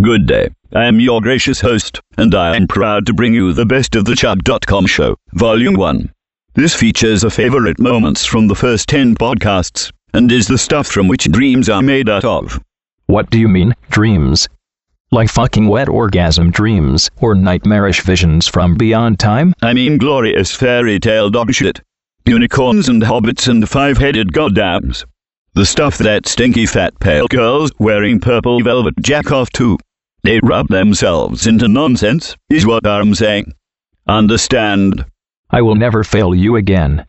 Good day. I am your gracious host, and I am proud to bring you the best of the Chub.com show, Volume 1. This features a favorite moments from the first 10 podcasts, and is the stuff from which dreams are made out of. What do you mean, dreams? Like fucking wet orgasm dreams, or nightmarish visions from beyond time? I mean glorious fairy tale dog shit. Unicorns and hobbits and five headed goddams. The stuff that stinky fat pale girls wearing purple velvet jack off to. They rub themselves into nonsense, is what I'm saying. Understand, I will never fail you again.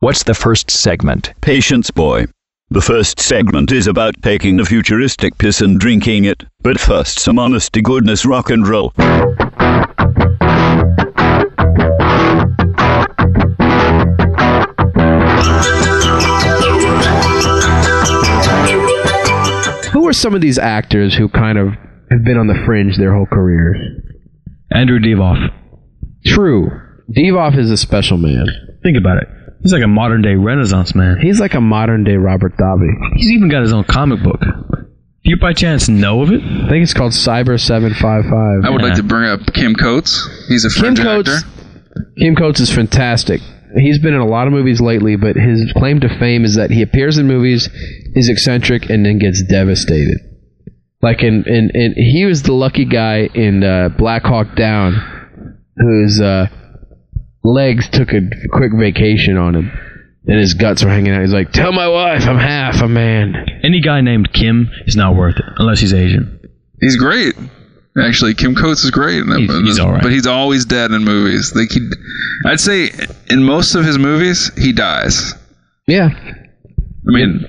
What's the first segment? patience boy. The first segment is about taking a futuristic piss and drinking it, but first some honest to goodness rock and roll. Who are some of these actors who kind of have been on the fringe their whole careers? Andrew Devoff. True. Devoff is a special man. Think about it. He's like a modern day Renaissance man. He's like a modern day Robert Dobby. He's even got his own comic book. Do you by chance know of it? I think it's called Cyber Seven Five I Five. would Yeah. like to bring up Kim Coates. He's a Kim French Coates. actor. Kim Coates is fantastic. He's been in a lot of movies lately, but his claim to fame is that he appears in movies, is eccentric, and then gets devastated. Like in, in, in he was the lucky guy in uh, Black Hawk Down, whose uh, legs took a quick vacation on him, and his guts were hanging out. He's like, "Tell my wife I'm half a man." Any guy named Kim is not worth it, unless he's Asian. He's great. Actually, Kim Coates is great in that He's- movie. he's all right. But he's always dead in movies. Like he, I'd say in most of his movies, he dies. Yeah, I mean,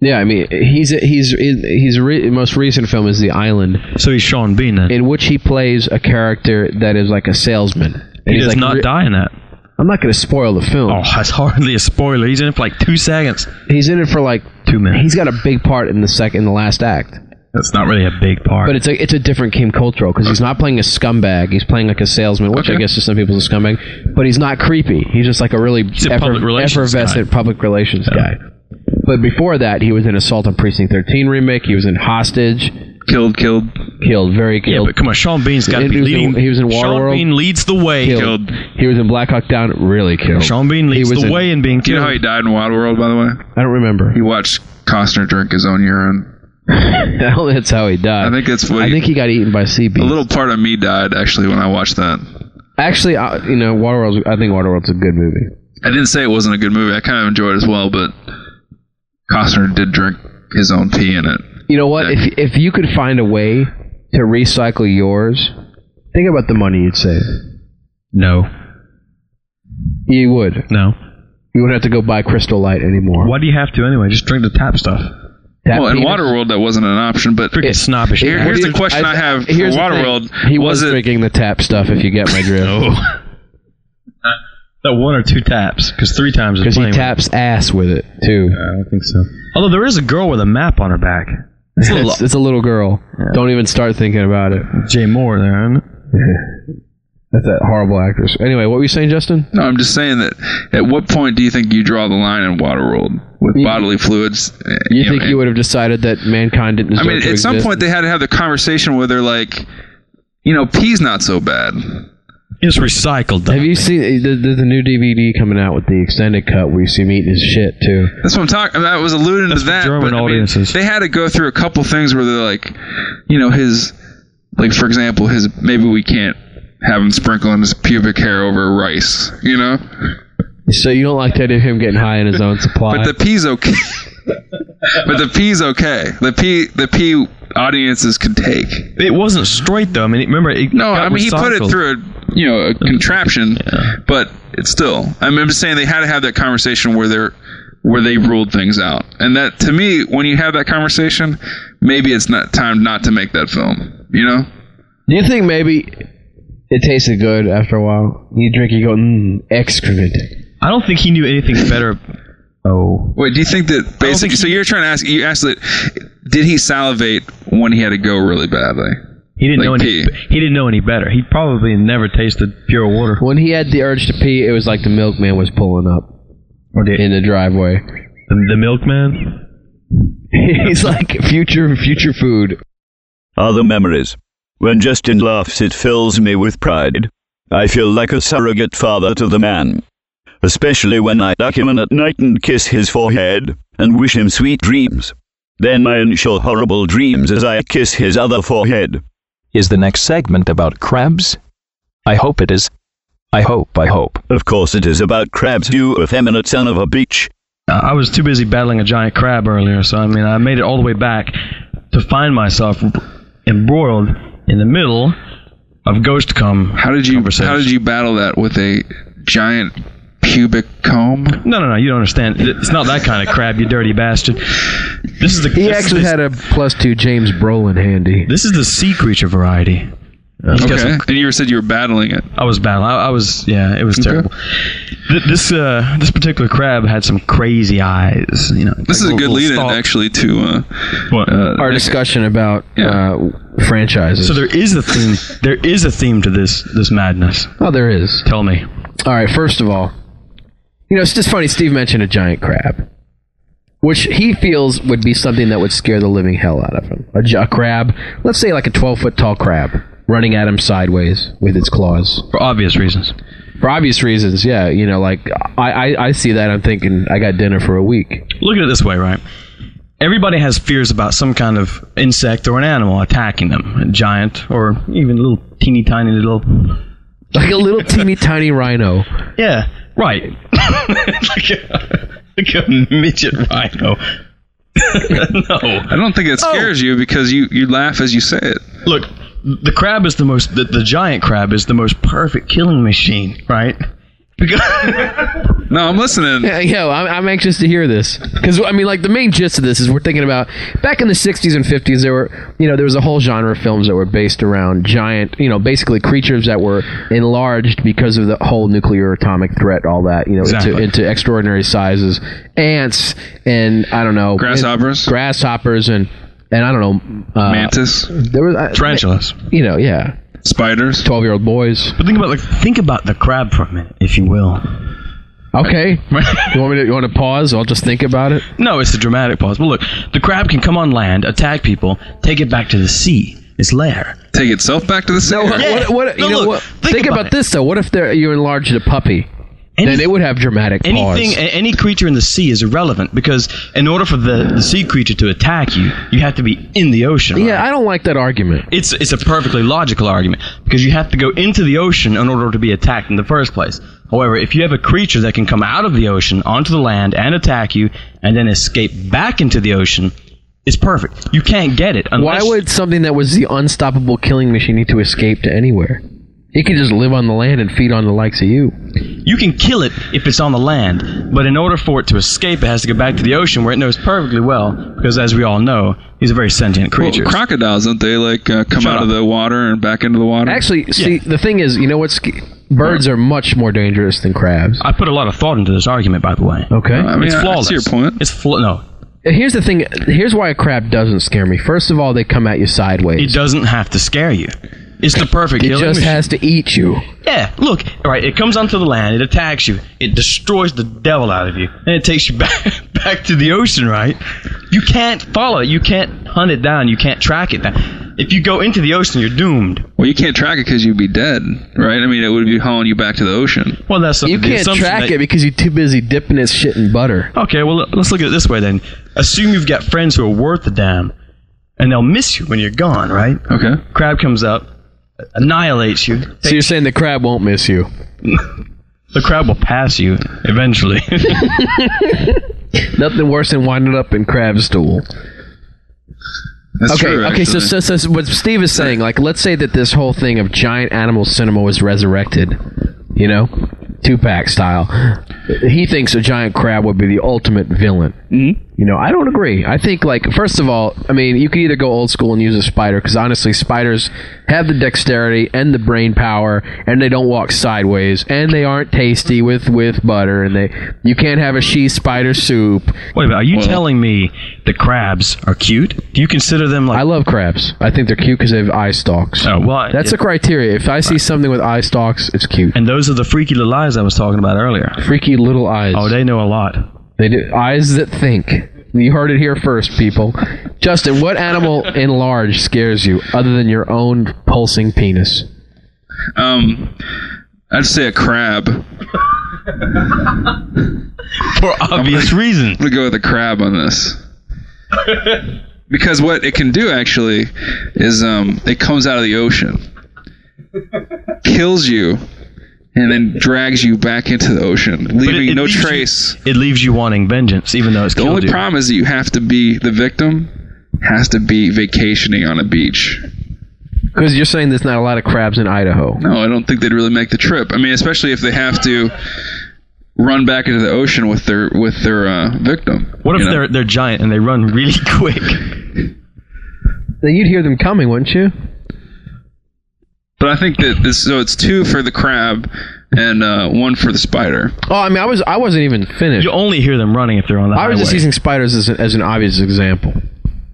yeah. I mean, he's he's he's re- most recent film is The Island. So he's Sean Bean then. in which he plays a character that is like a salesman. And he he's does like, not "Re- die in that. I'm not going to spoil the film. Oh, that's hardly a spoiler. He's in it for like two seconds. He's in it for like Two minutes. he's got a big part in the second in the last act. That's not really a big part. But it's a it's a different Kim Cultural because he's not playing a scumbag. He's playing like a salesman, which I Okay. guess to some people is a scumbag. But he's not creepy. He's just like a really a public relations effervescent public relations guy. But before that, he was in Assault on Precinct 13 remake. He was in Hostage, killed, killed, killed, very yeah, killed. but come on, Sean Bean's got to He be was in- leading. he was in Sean Waterworld. Bean leads the way. killed. He was in Black Hawk Down, really killed. Sean Bean He leads was the in- way in being Do you know how killed. he died in Wild World? By the way, I don't remember. he watched Costner drink his own urine. I don't think that's how he died. I think that's what. I he- think he got eaten by sea a beast. little part of me died actually when I watched that. Actually, I, you know, Waterworld. I think Waterworld's a good movie. I didn't say it wasn't a good movie. I kind of enjoyed it as well, but Costner did drink his own pee in it. You know what? If if you could find a way to recycle yours, think about the money you'd save. No, You would. no. You wouldn't have to go buy Crystal Light anymore. Why do you have to anyway? Just drink the tap stuff. That Well, in penis- Waterworld, that wasn't an option, but Freaking snobbish. Here- ass. here's the question I, have for here's the thing. Waterworld. He was, was, it drinking the tap stuff. If you get my drift, No. that one or two taps, because three times is because he playing. taps ass with it too. I don't think so. Although there is a girl with a map on her back. It's a little It's, it's a little girl. Don't even start thinking about it. Jay Moore there, isn't it? That's that horrible actress. Anyway, what were you saying, Justin? No, I'm just saying that. At what point do you think you draw the line in Waterworld with bodily fluids? uh, You, know, think you would have decided that mankind didn't I deserve mean, to at some exist? point they had to have the conversation where they're like, you know, pee's not so bad. It's recycled. Though. Have you seen eh, the, the, the new DVD coming out with the extended cut where you see him eating his shit too? That's what I'm talking. I, mean, I was alluding That's to for that. German but, I mean, audiences. they had to go through a couple things where they're like, you know, his, like for example, his maybe we can't have him sprinkling his pubic hair over rice, you know, So you don't like the idea of him getting high in his own supply? but the pee's okay. but the pee's okay. The pee, the pee audiences can take. It wasn't straight though. I mean, remember? It No, got Oh, I mean he put it recycled. through a you know a contraption, but it's still. I mean, I'm just saying they had to have that conversation where they're where they ruled things out, and that to me, when you have that conversation, maybe it's not time not to make that film. You know, Do you think maybe it tasted good after a while? You drink, you go, mmm, excrement. I don't think he knew anything better. Oh, wait, do you think that basically? so you're trying to ask you asked that did he salivate when he had to go really badly? he didn't Like know any. pee. He didn't know any better. He probably never tasted pure water. When he had the urge to pee, it was like the milkman was pulling up Or did in the driveway. the, the milkman? He's like future future food. Other memories. When Justin laughs, it fills me with pride. I feel like a surrogate father to the man. Especially when I duck him in at night and kiss his forehead, and wish him sweet dreams. Then I ensure horrible dreams as I kiss his other forehead. Is the next segment about crabs? I hope it is. I hope, I hope. Of course, it is about crabs, you effeminate son of a bitch. I I was too busy battling a giant crab earlier, so I mean, I made it all the way back to find myself embroiled in the middle of ghost cum. How did you conversation. how did you battle that with a giant pubic comb? No, no, no, you don't understand. It's not that kind of crab, you dirty bastard. This is the He this, actually this, had a plus two James Brolin handy. This is the sea creature variety. He's got Okay. some- And you said you were battling it. I was battling. I, I was yeah, it was terrible. Th- this uh, this particular crab had some crazy eyes. You know, This is a good lead in actually to uh, uh Our discussion about Yeah. uh, franchises. So there is a theme. There is a theme to this this madness. oh, there is. Tell me. All right, first of all, you know, it's just funny. Steve mentioned a giant crab, which he feels would be something that would scare the living hell out of him. A, gi- a crab, let's say like a 12 foot tall crab, running at him sideways with its claws. For obvious reasons. For obvious reasons, yeah. You know, like, I, I, I see that, I'm thinking, I got dinner for a week. Look at it this way, right? Everybody has fears about some kind of insect or an animal attacking them, a giant or even a little teeny tiny little. Like a little teeny tiny rhino. Yeah, right. like, a, like a midget rhino. no. Oh. I don't think it scares you because you, you laugh as you say it. Look, the crab is the most the, the giant crab is the most perfect killing machine, right? Because No, I'm listening. Yeah, yo, I'm, I'm anxious to hear this because I mean, like the main gist of this is we're thinking about back in the '60s and '50s. There were, you know, there was a whole genre of films that were based around giant, you know, basically creatures that were enlarged because of the whole nuclear atomic threat, all that, you know, Exactly. into, into extraordinary sizes, ants and I don't know, Grasshoppers? and grasshoppers, and and I don't know, uh, Mantis, There was, uh, tarantulas. you know, yeah, spiders. twelve-year-old boys. But think about like think about the crab for a minute, if you will. Okay, you want me to? You want to pause? I'll just think about it. No, it's the dramatic pause. But look, the crab can come on land, attack people, take it back to the sea, its lair. Take itself back to the sea. What, Yeah. what, what- you No, know, look, what- think think, about about, it. this though. What if they're, you enlarged a puppy? then Anyth- it would have dramatic anything, pause. a- any creature in the sea is irrelevant because in order for the, the sea creature to attack you, you have to be in the ocean. right? Yeah, I don't like that argument. It's, it's a perfectly logical argument because you have to go into the ocean in order to be attacked in the first place. However, if you have a creature that can come out of the ocean onto the land and attack you and then escape back into the ocean, it's perfect. You can't get it Why unless would something that was the unstoppable killing machine need to escape to anywhere? It could just live on the land and feed on the likes of you. You can kill it if it's on the land, but in order for it to escape, it has to go back to the ocean where it knows perfectly well, because as we all know, he's a very sentient Well, creature. crocodiles, don't they like uh, come Shut out of up. the water and back into the water? Actually, see, the thing is, you know what? Sk- birds are much more dangerous than crabs. I put a lot of thought into this argument, by the way. Okay. I mean, it's I- flawless. I see your point. It's fla- no, Here's the thing. Here's why a crab doesn't scare me. First of all, they come at you sideways. it doesn't have to scare you. It's the perfect It killing just machine. has to eat you. yeah, look, all right, it comes onto the land, it attacks you, it destroys the devil out of you, and it takes you back back to the ocean, right? You can't follow it, you can't hunt it down, you can't track it down. If you go into the ocean, you're doomed. Well, you can't track it because you'd be dead, right? I mean, it would be hauling you back to the ocean. Well, that's You can't track it because you're too busy dipping its shit in butter. Okay, well, let's look at it this way then. Assume you've got friends who are worth a damn, and they'll miss you when you're gone, right? Okay. Crab comes up, annihilates you. So you're saying the crab won't miss you? The crab will pass you eventually. Nothing worse than winding up in crab stool. That's Okay, true, okay. So, actually. so, so what Steve is saying, like, let's say that this whole thing of giant animal cinema was resurrected, you know, Tupac style. He thinks a giant crab would be the ultimate villain. Mm-hmm. You know, I don't agree. I think, like, first of all, I mean, you could either go old school and use a spider, because honestly, spiders have the dexterity and the brain power, and they don't walk sideways, and they aren't tasty with with butter, and they you can't have a she spider soup. Wait a minute, are you Well- telling me the crabs are cute? Do you consider them I like. love crabs. I think they're cute because they have eye stalks. oh, well, That's yeah. the criteria. If I see something with eye stalks, it's cute. And those are the freaky little eyes I was talking about earlier. Freaky little eyes. Oh, they know a lot. they do eyes that think. You heard it here first, people. Justin, what animal in large scares you other than your own pulsing penis? Um, I'd say a crab. I'm For obvious reasons. gonna go with a crab on this. Because what it can do actually is um, it comes out of the ocean, kills you, and then drags you back into the ocean, leaving it no leaves you- trace. It leaves you wanting vengeance, even though it's The killed only you. problem is that you have to be the victim has to be vacationing on a beach. Because you're saying there's not a lot of crabs in Idaho. No, I don't think they'd really make the trip. I mean, especially if they have to run back into the ocean with their with their uh, victim. What if you know? they're they're giant and they run really quick? Then you'd hear them coming, wouldn't you? But I think that this so it's two for the crab and uh, one for the spider. Oh, I mean, I was I wasn't even finished. You only hear them running if they're on the I highway. was just using spiders as, a, as an obvious example.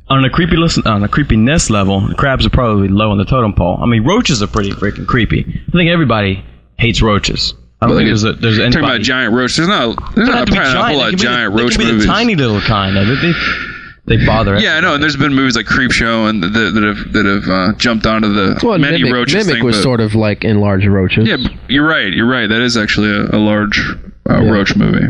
on a creepy listen, on a creepiness level, crabs are probably low on the totem pole. I mean, roaches are pretty freaking creepy. I think everybody hates roaches. I don't Well, they think there's a, there's Talking anybody. about giant roach, there's not there's They don't not have to be probably not a whole giant. lot They of can be the- giant roach they can be movies. The tiny little kind. Of, they they they bother. yeah, I know, and there's been movies like Creepshow and that, that have that have uh, jumped onto the Well, many mimic, roaches mimic thing. was but- sort of like enlarged roaches. yeah, but you're right. You're right. That is actually a, a large uh, roach movie.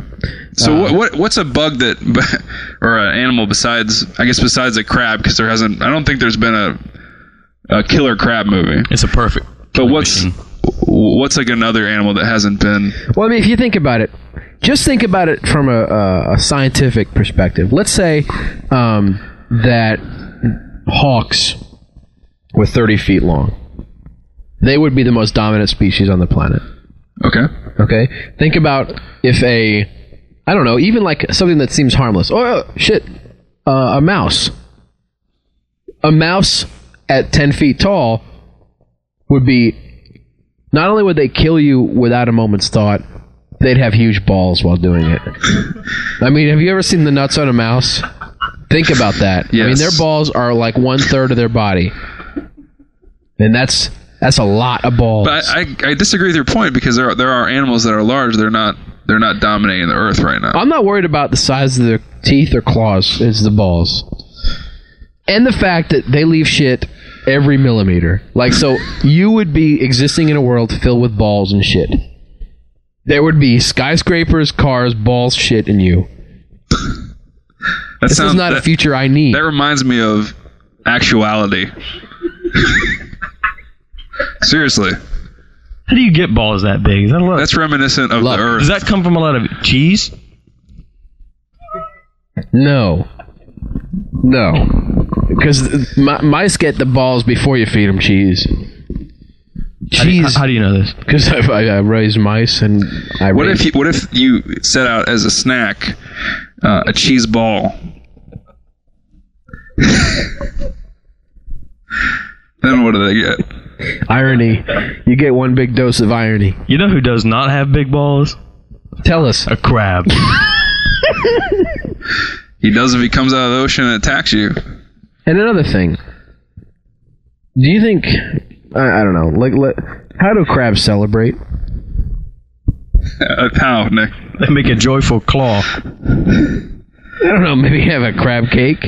So what, what what's a bug that or an animal besides I guess besides a crab because there hasn't I don't think there's been a a killer crab movie. It's a perfect. But what's machine. what's like another animal that hasn't been Well, I mean, if you think about it, just think about it from a, a, a scientific perspective. Let's say um, that hawks were 30 feet long. They would be the most dominant species on the planet. okay? Okay? Think about if a, I don't know, even like something that seems harmless. Oh, oh, shit, uh, a mouse. A mouse at 10 feet tall would be, not only would they kill you without a moment's thought, they'd have huge balls while doing it. I mean, have you ever seen the nuts on a mouse? Think about that. I mean, Yes. their balls are like one third of their body, and that's that's a lot of balls. But I, I, I disagree with your point because there are, there are animals that are large. They're not they're not dominating the earth right now. I'm not worried about the size of their teeth or claws. It's the balls. And the fact that they leave shit every millimeter. Like, so you would be existing in a world filled with balls and shit. There would be skyscrapers, cars, balls, shit in you. that This is not a that, future I need. that reminds me of actuality. Seriously, How do you get balls that big? Is that a lot? that's reminiscent of Look, the does earth. that come from a lot of cheese? No. No. Because mice get the balls before you feed them cheese. How do you- Cheese. How, how do you know this? Because I, I, I raise mice and I What raise if you, what if you set out as a snack uh, a cheese ball? then what do they get? irony. You get one big dose of irony. You know who does not have big balls? Tell us. A crab. He does if he comes out of the ocean and attacks you. And another thing. Do you think I, I don't know, like let, how do crabs celebrate? Uh, how, Nick? they make a joyful claw. I don't know, maybe have a crab cake.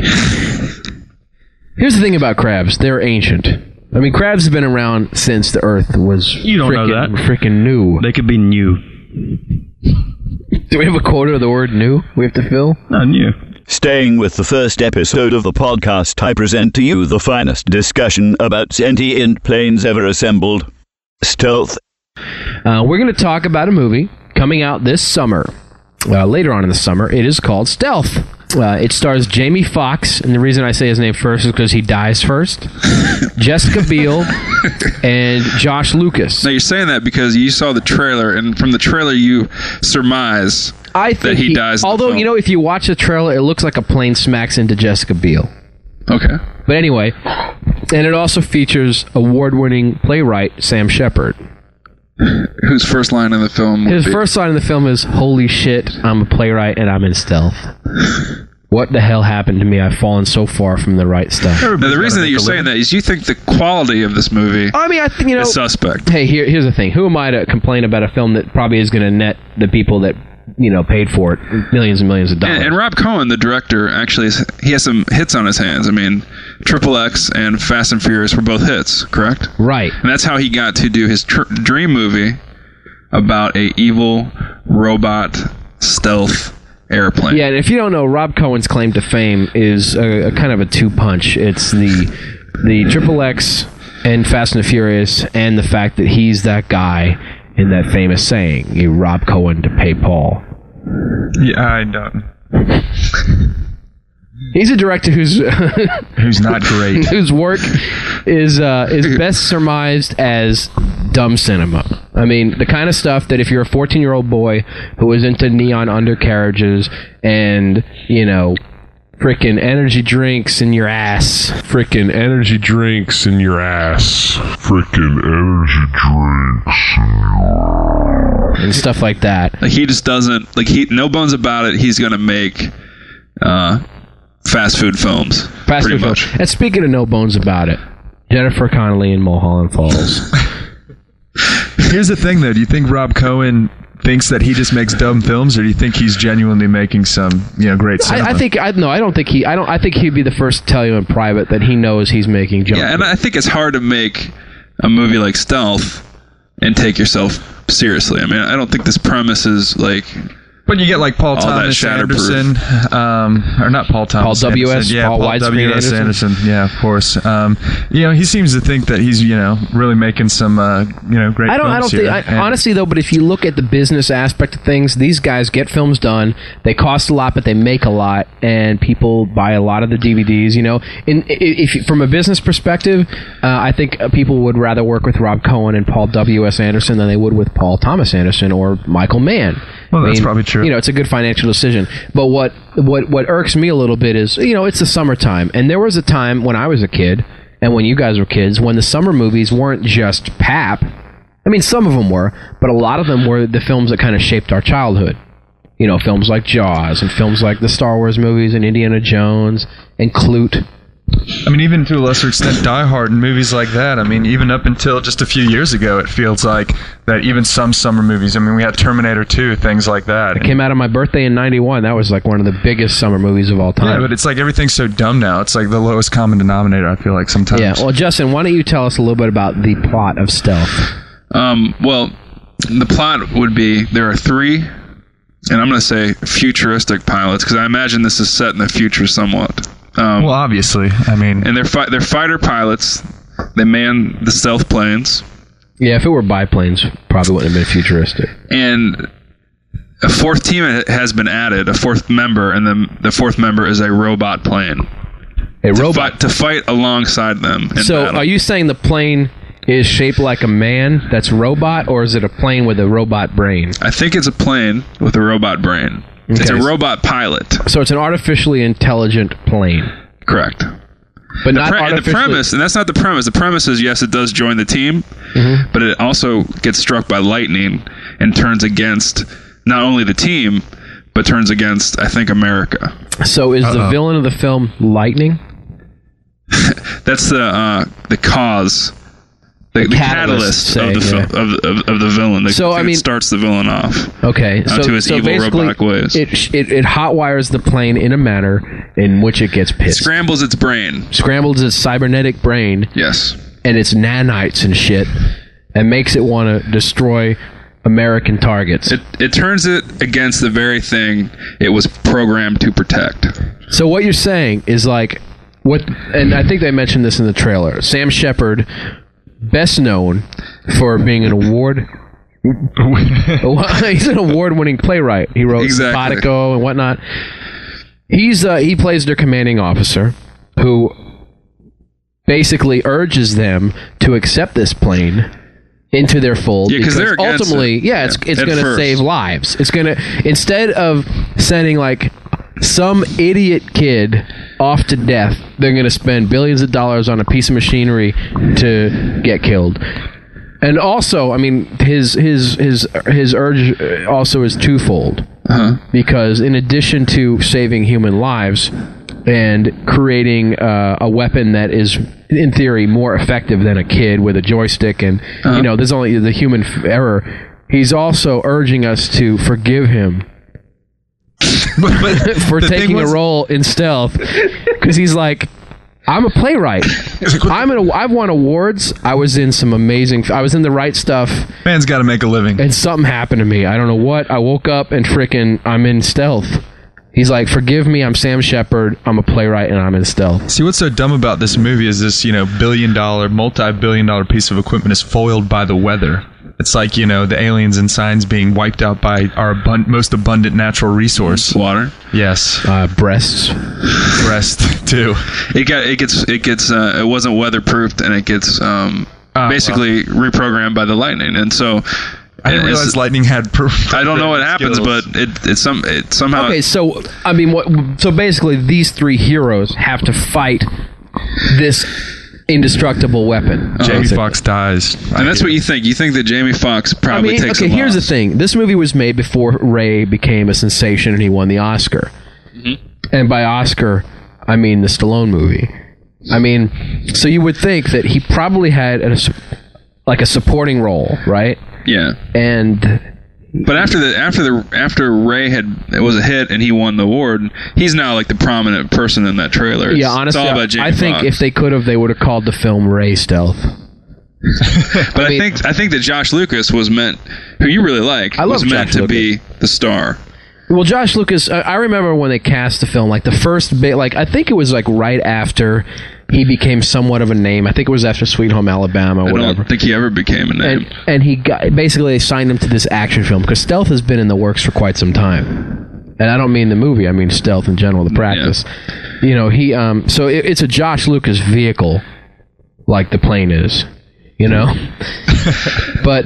Here's the thing about crabs, they're ancient. I mean, crabs have been around since the earth was You don't know frickin- that. frickin' new. They could be new. Do we have a quota of the word new we have to fill? Not new. Staying with the first episode of the podcast, I present to you the finest discussion about sentient planes ever assembled. Stealth. Uh, we're going to talk about a movie coming out this summer. Uh, later on in the summer, it is called Stealth. Uh, it stars Jamie Foxx, and the reason I say his name first is because he dies first. Jessica Biel and Josh Lucas. Now you're saying that because you saw the trailer, and from the trailer you surmise. I think he dies in the Although film. you know, if you watch the trailer, it looks like a plane smacks into Jessica Biel. Okay. But anyway, and it also features award-winning playwright Sam Shepard. Whose first line in the film? would His be- first line in the film is "Holy shit, I'm a playwright and I'm in stealth." What the hell happened to me? I've fallen so far from the right stuff. Now, the reason that you're saying that is you think the quality of this movie I mean, I think you know. is suspect. hey, here, here's the thing. Who am I to complain about a film that probably is going to net the people that you know paid for it millions and millions of dollars. And, and Rob Cohen, the director, actually is, he has some hits on his hands. I mean, Triple X and Fast and Furious were both hits, correct? right. And that's how he got to do his tr- dream movie about a evil robot stealth airplane. Yeah, and if you don't know, Rob Cohen's claim to fame is a, a kind of a two punch. It's the the Triple X and Fast and the Furious, and the fact that he's that guy in that famous saying, "You rob Cohen to pay Paul." Yeah, I don't. He's a director whose Who's not great? whose work is uh, is best surmised as dumb cinema. I mean, the kind of stuff that if you're a 14 year old boy who is into neon undercarriages and you know. Frickin' energy drinks in your ass. Frickin' energy drinks in your ass. freaking energy drinks. And stuff like that. Like he just doesn't like he no bones about it. He's gonna make uh, fast food films. Fast pretty food. much. And speaking of no bones about it, Jennifer Connelly in Mulholland Falls. Here's the thing, though. Do you think Rob Cohen thinks that he just makes dumb films, or do you think he's genuinely making some, you know, great cinema? I, I think I no, I don't think he I don't I think he'd be the first to tell you in private that he knows he's making junk. Yeah, and I think it's hard to make a movie like Stealth and take yourself seriously. I mean, I don't think this premise is like But you get like Paul All Thomas that Anderson, shatterproof. um, or not Paul Thomas. Paul W.S., Anderson. Yeah, Paul Paul Widescreen W.S. Anderson. Anderson. Yeah, of course. Um, you know, he seems to think that he's you know really making some uh, you know great. I don't. I don't films think. here. I, And- honestly, though, but if you look at the business aspect of things, these guys get films done. They cost a lot, but they make a lot, and people buy a lot of the DVDs. You know, and i- if from a business perspective, uh, I think uh, people would rather work with Rob Cohen and Paul W. S. Anderson than they would with Paul Thomas Anderson or Michael Mann. Well, that's probably true. You know, it's a good financial decision. But what what what irks me a little bit is, you know, it's the summertime, and there was a time when I was a kid. And when you guys were kids, when the summer movies weren't just pap, I mean, some of them were, but a lot of them were the films that kind of shaped our childhood. You know, films like Jaws and films like the Star Wars movies and Indiana Jones and Clute. I mean, even to a lesser extent, Die Hard and movies like that. I mean, even up until just a few years ago, it feels like that even some summer movies. I mean, we had Terminator 2, things like that. Came out on my birthday in '91. That was like one of the biggest summer movies of all Yeah, time. but it's like everything's so dumb now. It's like the lowest common denominator. I feel like sometimes. Yeah, Well, Justin, why don't you tell us a little bit about the plot of Stealth? Um, well, the plot would be there are three, and I'm going to say futuristic pilots because I imagine this is set in the future somewhat. Um, Well, obviously. I mean, and they're fi- they're fighter pilots. They man the stealth planes, Yeah, if it were biplanes, probably wouldn't have been futuristic. and a fourth team has been added, a fourth member, and then the fourth member is a robot plane A to robot. fight, to fight alongside them. In So, battle. are you saying the plane is shaped like a man that's robot, or is it a plane with a robot brain? I think it's a plane with a robot brain. It's a Okay. robot pilot, So it's an artificially intelligent plane. correct? but not pre- and the artificially- premise, and that's not the premise. The premise is yes, it does join the team, Mm-hmm. but it also gets struck by lightning and turns against not only the team, but turns against I think America. So is Uh-huh. the villain of the film lightning? That's the uh, the cause, the, the, catalyst, catalyst, of the say, fil- of, of, of the villain. The, So, I mean- starts the villain off. Okay, so, Onto his so evil basically, robotic ways. it it it hotwires the plane in a manner in which it gets pissed, Scrambles its brain. scrambles its cybernetic brain Yes. and its nanites and shit, and makes it want to destroy American targets. It, it turns it against the very thing it was programmed to protect. So what you're saying is like what, and I think they mentioned this in the trailer. Sam Shepard, best known for being an award. he's an award-winning playwright. He wrote Exactly. Spatico and whatnot. He's uh, he plays their commanding officer, who basically urges them to accept this plane into their fold. Yeah, 'cause they're against ultimately, it. yeah, it's Yeah, it's at going to first. save lives. It's going to instead of sending like some idiot kid off to death, they're going to spend billions of dollars on a piece of machinery to get killed. And also, I mean, his his his his urge uh, also is twofold Uh-huh. because in addition to saving human lives and creating uh, a weapon that is in theory more effective than a kid with a joystick and Uh-huh. you know there's only the human f- error he's also urging us to forgive him but, but for the thing taking was- a role in stealth because he's like i'm a playwright i'm an i've won awards i was in some amazing i was in the right stuff Man's got to make a living. and something happened to me i don't know what i woke up and freaking i'm in stealth he's like forgive me i'm sam shepard i'm a playwright and i'm in stealth See, what's so dumb about this movie is this, you know, billion dollar, multi billion dollar piece of equipment is foiled by the weather. It's like, you know, the aliens and signs being wiped out by our abun- most abundant natural resource. water. Yes, uh, breasts rest too. It got it gets it gets uh, it wasn't weatherproofed and it gets um, well. basically reprogrammed by the lightning and so I didn't realize lightning had. Per- I don't know what happens, skills. but it it's some it somehow okay so i mean what so basically these three heroes have to fight this indestructible weapon Jamie Fox dies. and that's what you think. You think that Jamie Foxx probably takes okay, a here's the loss. thing. This movie was made before Ray became a sensation and he won the Oscar. Mm-hmm. And by Oscar, I mean the Stallone movie. I mean, so you would think that he probably had a, su- like a supporting role, right? Yeah, And but after the after the after Ray had it was a hit and he won the award, he's now like the prominent person in that trailer. It's- yeah, honestly, it's all about Jamie I think Foxx. if they could have, they would have called the film Ray Stealth. but I, mean- think I think that Josh Lucas was meant, who you really like, I love was meant Josh to be the star. Well, Josh Lucas, I, I remember when they cast the film, like the first bit, like I think it was like right after he became somewhat of a name. I think it was after Sweet Home Alabama, I or Oh, whatever. don't think he ever became a name. and and he got basically they signed him to this action film because stealth has been in the works for quite some time and i don't mean the movie i mean stealth in general the practice you know he um so it, it's a josh lucas vehicle like the plane is you know but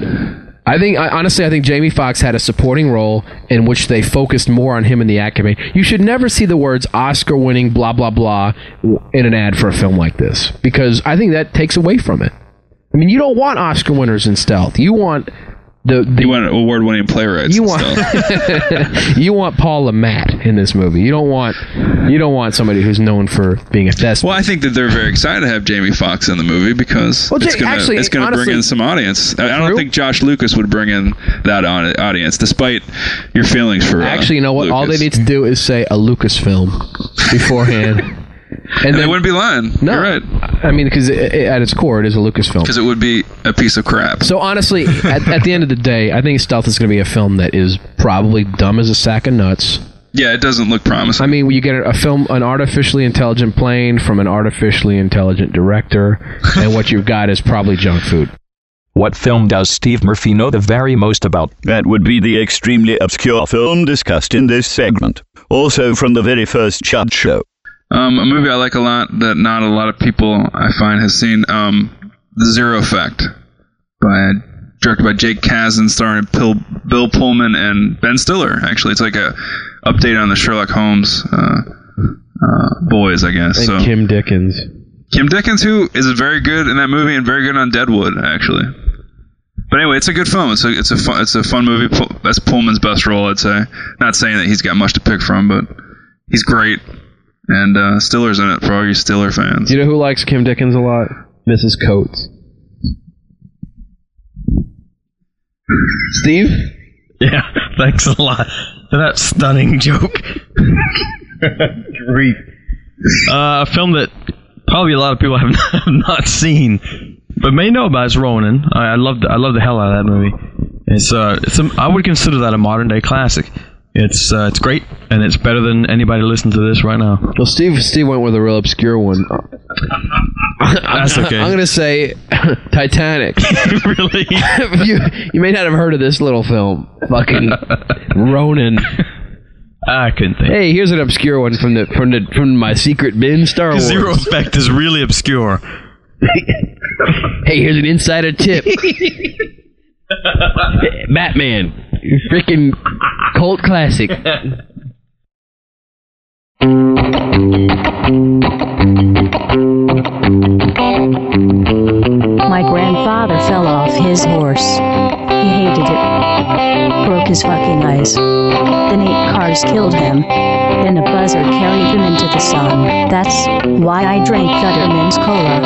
I think I, honestly, I think Jamie Foxx had a supporting role in which they focused more on him in the acting. You should never see the words Oscar-winning blah blah blah in an ad for a film like this because I think that takes away from it. I mean, you don't want Oscar winners in stealth. You want the, the you want award-winning playwrights. You and want- stuff. you want Paul LaMatt in this movie. You don't want you don't want somebody who's known for being a thespian. Well, I think that they're very excited to have Jamie Foxx in the movie because Well, it's Ja- going actually, to honestly- bring in some audience. I, I don't True. think Josh Lucas would bring in that on, audience, despite your feelings for. uh, Actually, you know what? All they Lucas. need to do is say a Lucasfilm beforehand, and And they then, wouldn't be lying. no, You're right. I mean, because at its core, it is a Lucasfilm. Because it would be a piece of crap. So honestly, at, at the end of the day, I think Stealth is going to be a film that is probably dumb as a sack of nuts. yeah, it doesn't look promising. I mean, you get a film, an artificially intelligent plane from an artificially intelligent director, and what you've got is probably junk food. What film does Steve Murphy know the very most about? That would be the extremely obscure film discussed in this segment, also from the very first Chud Show. Um, a movie I like a lot that not a lot of people I find has seen. Um, the Zero Effect, by directed by Jake Kazan, starring Pil, Bill Pullman and Ben Stiller. Actually, it's like a update on the Sherlock Holmes uh, uh, boys, I guess. And So Kim-, Kim Dickens. Dickens, who is very good in that movie and very good on Deadwood, actually. But anyway, it's a good film. It's a it's a fun, it's a fun movie. Pull- That's Pullman's best role, I'd say. Not saying that he's got much to pick from, but he's great. And uh, Stiller's in it for all you Stiller fans. Do you know who likes Kim Dickens a lot? Mrs. Coates. Steve? Yeah, thanks a lot for that stunning joke. Great. Uh, a film that probably a lot of people have not, have not seen, but may know about is Ronin. I, I loved I love the hell out of that movie. It's uh, it's a, I would consider that a modern day classic. It's uh, it's great and it's better than anybody listening to this right now. Well, Steve. Steve went with a real obscure one. That's okay. I'm gonna say Titanic. really. you you may not have heard of this little film. Fucking Ronan. I couldn't think. Hey, here's an obscure one from the from the from my secret bin Star Wars. Zero effect is really obscure. Hey, here's an insider tip. Batman, freaking cult classic. My grandfather fell off his horse. He hated it. Broke his fucking eyes. Then eight cars killed him. Then a buzzard carried him into the sun. That's why I drank Gutterman's cola.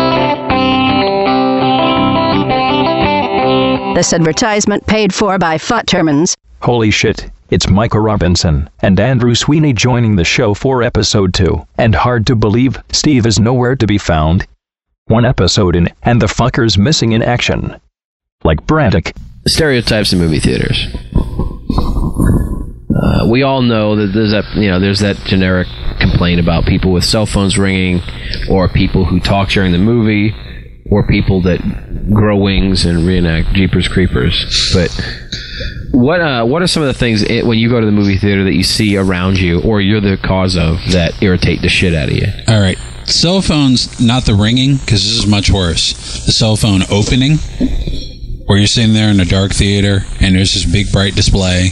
This advertisement paid for by Futterman's. Holy shit, It's Micah Robinson and Andrew Sweeney joining the show for episode 2. And hard to believe, Steve is nowhere to be found. One episode in, and the fucker's missing in action. Like Braddock, stereotypes in movie theaters. Uh, we all know that there's that you know there's that generic complaint about people with cell phones ringing, or people who talk during the movie, or people that grow wings and reenact Jeepers Creepers. But what uh, what are some of the things it, when you go to the movie theater that you see around you, or you're the cause of that irritate the shit out of you? All right. Cell phones, not the ringing, because this is much worse. The cell phone opening, where you're sitting there in a dark theater and there's this big bright display,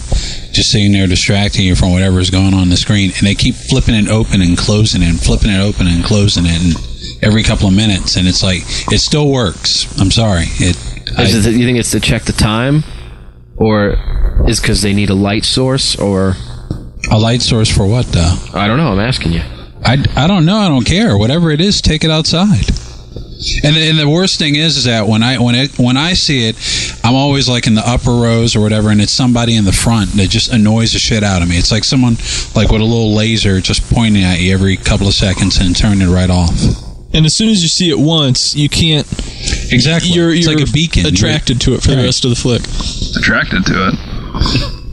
just sitting there distracting you from whatever is going on the screen, and they keep flipping it open and closing it, and flipping it open and closing it, and every couple of minutes, and it's like it still works. I'm sorry. It. I- Is it, you think it's to check the time, or is because they need a light source, or a light source for what though? I don't know. I'm asking you. I, I don't know. I don't care. Whatever it is, take it outside. And, and the worst thing is, is that when I when it when I see it, I'm always like in the upper rows or whatever, and it's somebody in the front that just annoys the shit out of me. It's like someone like with a little laser just pointing at you every couple of seconds and turning it right off. And as soon as you see it once, you can't. Exactly, You're, it's you're like a beacon. attracted to it for the Right. rest of the flick. Attracted to it.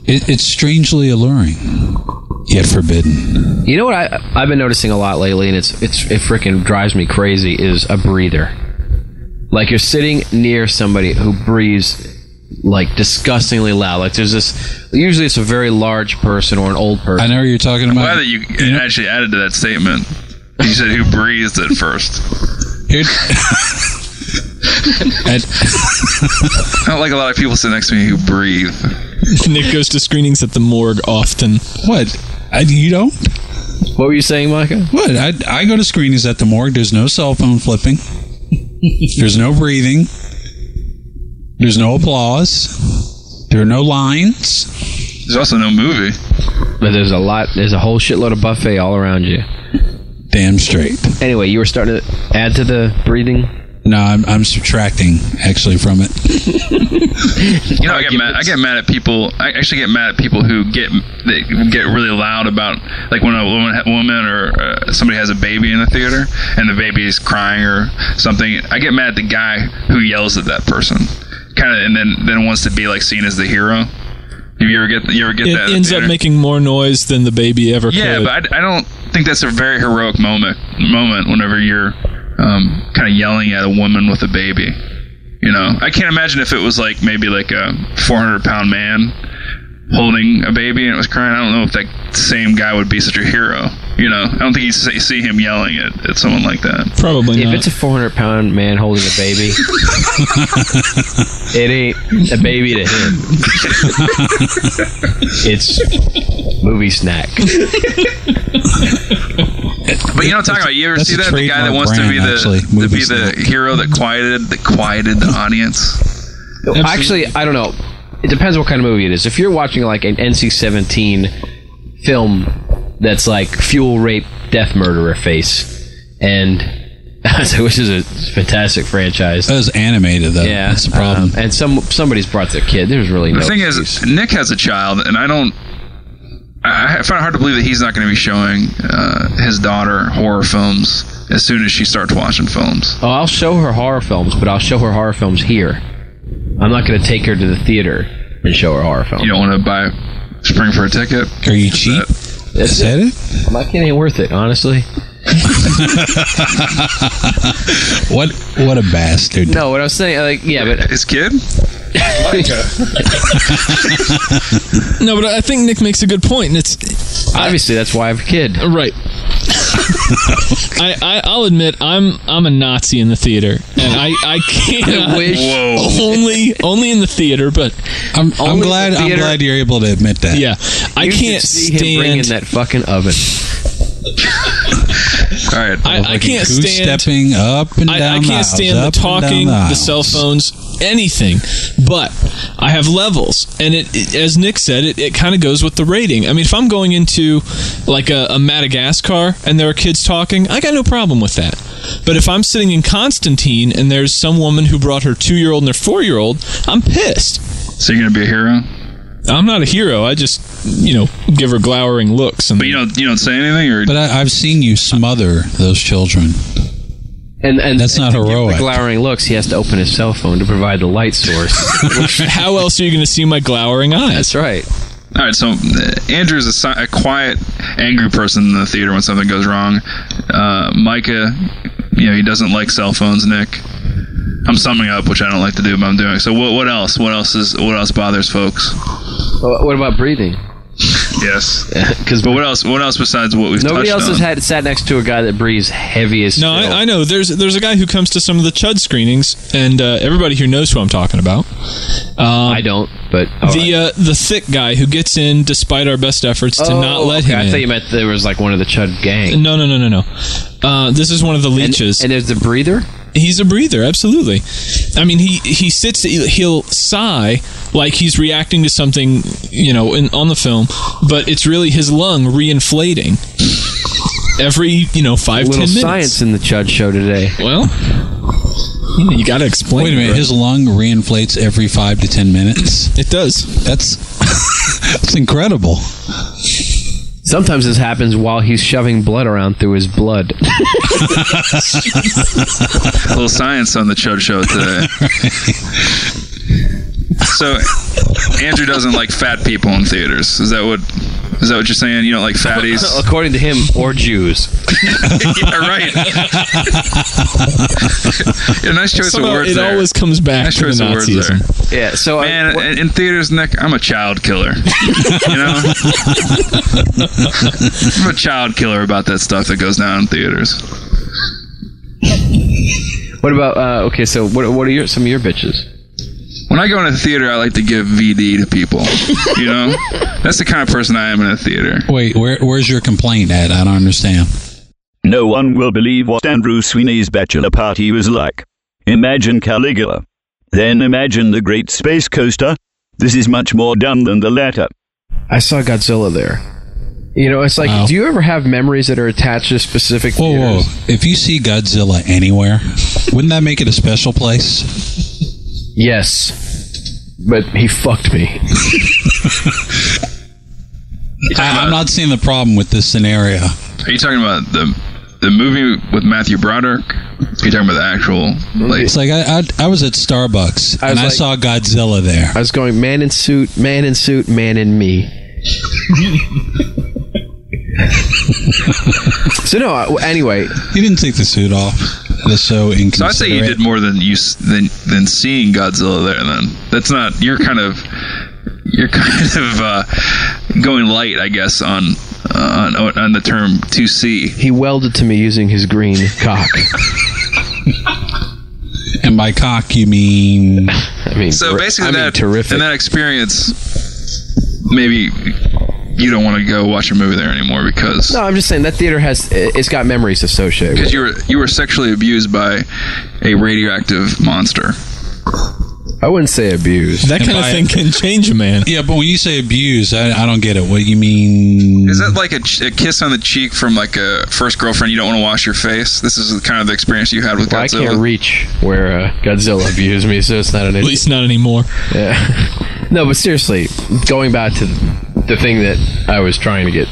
It, it's strangely alluring, yet forbidden. You know what I I've been noticing a lot lately, and it's it's it freaking drives me crazy is a breather. Like you're sitting near somebody who breathes like disgustingly loud. Like there's this. Usually it's a very large person or an old I person. know what you're talking about. Glad that you actually added to that statement. You said who breathed at first. Here- And- I don't like a lot of people sit next to me who breathe. Nick goes to screenings at the morgue often. what? I, you don't? What were you saying, Micah? What? I, I go to screenings at the morgue. There's no cell phone flipping. There's no breathing. There's no applause. There are no lines. There's also no movie. But there's a lot. There's a whole shitload of buffet all around you. Damn straight. Anyway, you were starting to add to the breathing. No, I'm, I'm subtracting actually from it. You know, I get mad. I get mad at people. I actually get mad at people who get they get really loud about like when a woman, woman or uh, somebody has a baby in the theater and the baby is crying or something. I get mad at the guy who yells at that person, kind of, and then then wants to be like seen as the hero. You ever get you ever get It that? at the ends up theater? making more noise than the baby ever Yeah, could. but I, I don't think that's a very heroic moment. Moment whenever you're um, kind of yelling at a woman with a baby. You know, I can't imagine if it was like maybe like a 400 pound man holding a baby and it was crying. I don't know if that same guy would be such a hero. You know, I don't think you see see him yelling at, at someone like that. Probably If not. it's a 400 pound man holding a baby, it ain't a baby to him. it's movie snack. But you know what I'm talking about? You ever That's see a that the guy that trademark wants to brand, be the actually, to be movies the now. hero that quieted that quieted the audience? Actually, I don't know. It depends what kind of movie it is. If you're watching like an NC-17 film that's like fuel rape death murderer face, and which is a fantastic franchise. That was animated though. Yeah, that's the problem. um, and some somebody's brought their kid. There's really no. The thing excuse. is, Nick has a child, and I don't. I I find it hard to believe that he's not going to be showing uh, his daughter horror films as soon as she starts watching films. Oh, I'll show her horror films, but I'll show her horror films here. I'm not going to take her to the theater and show her horror films. You don't want to buy spring for a ticket. are you cheap? Is that it? My kid ain't worth it, honestly. What? What a bastard. No, what I was saying, like, yeah, but His kid? no, but I think Nick makes a good point, and it's Uh, obviously that's why I have a kid. right. I, I I'll admit I'm I'm a Nazi in the theater, and I I can't I wish. Whoa. only only in the theater, but I'm, I'm Only glad. the I'm theater- glad you're able to admit that. yeah, I You should can't see him bring in stand. that fucking oven. All right. I, I can't Who's stand stepping up and down I, I the can't aisles, stand the up and down talking, the, aisles. cell phones, anything. But I have levels, and it, it- as Nick said, it, it kind of goes with the rating. I mean, if I'm going into like a, a Madagascar and there are kids talking, I got no problem with that. But if I'm sitting in Constantine and there's some woman who brought her two year old and their four year old, I'm pissed. So you're going to be a hero? I'm not a hero. I just, you know, give her glowering looks. And But you don't you don't say anything or But I, I've seen you smother those children. And and That's not to give the heroic. glowering looks. He has to open his cell phone to provide the light source. how else are you going to see my glowering eyes? That's right. All right, so uh, Andrew's a, si- a quiet, angry person in the theater when something goes wrong. Uh, Micah, you know, he doesn't like cell phones. Nick, I'm summing up, which I don't like to do, but I'm doing. it. So what? What else? What else is? What else bothers folks? Well, What about breathing? Yes. Because But what else? What else besides what we've nobody touched else on? has had sat next to a guy that breathes heavy as No, hell. I, I know. There's there's a guy who comes to some of the Chud screenings, and uh, everybody here knows who I'm talking about. Um, I don't. But all right. the uh, the thick guy who gets in despite our best efforts to Oh, not let okay, him I in. thought you meant there was like one of the Chud gang. no, no, no, no, no. Uh, this is one of the And, leeches. and there's the breather. He's a breather, absolutely. I mean, he he sits. He'll sigh like he's reacting to something, you know, in, on the film, but it's really his lung reinflating every, you know, five little ten minutes. science in the Chud show today. Well, you, know, you got to explain. Wait a minute, bro. his lung reinflates every five to ten minutes. it does. That's that's incredible. Sometimes this happens while he's shoving blood around through his blood. a little science on the Chud Show today. so Andrew doesn't like fat people in theaters. Is that what? Is that what you're saying? You don't like fatties? According to him, or Jews. yeah, right. yeah, nice choice Somehow of words it there. always comes back nice to the choice of words there. Nazism. Yeah. So I- Man, what- in- in theaters, Nick, I'm a child killer. you know, I'm a child killer about that stuff that goes down in theaters. what about? Uh, okay, so what? What are your some of your bitches? When I go in a theater, I like to give VD to people. You know, that's the kind of person I am in a theater. Wait, where, where's your complaint at? I don't understand. No one will believe what Andrew Sweeney's bachelor party was like. Imagine Caligula. Then imagine the great space coaster. This is much more dumb than the latter. I saw Godzilla there. You know, it's like, Wow. do you ever have memories that are attached to specific Whoa, whoa! theaters? If you see Godzilla anywhere, wouldn't that make it a special place? Yes, but he fucked me. I, I'm not seeing the problem with this scenario. Are you talking about the the movie with Matthew Broderick? Are you talking about the actual like? It's like I, I, I was at Starbucks I was and I like- saw Godzilla there. I was going man in suit, man in suit, man in me. so no. I- Anyway, You didn't take the suit off. That's so inconsiderate. So I'd say you did more than you s- than than seeing Godzilla there. Then that's not you're kind of you're kind of uh, going light, I guess, on uh, on on the term to see. he welded to me using his green cock. And by cock, you mean I mean, So ter- basically, I mean, that terrific. and that experience, maybe you don't want to go watch a movie there anymore because no, I'm just saying that theater has it- it's got memories associated. with because it. you were you were sexually abused by a radioactive monster. I wouldn't say abused. That kind of by- thing can change a man. yeah. But when you say abuse, I, I don't get it. What you mean? Is that like a, ch- a kiss on the cheek from like a first girlfriend you don't want to wash your face? This is kind of the experience you had with Well, I Godzilla. can't reach where uh, Godzilla abused me, so it's not an At issue. least not anymore. Yeah. No, but seriously, going back to the thing that I was trying to get.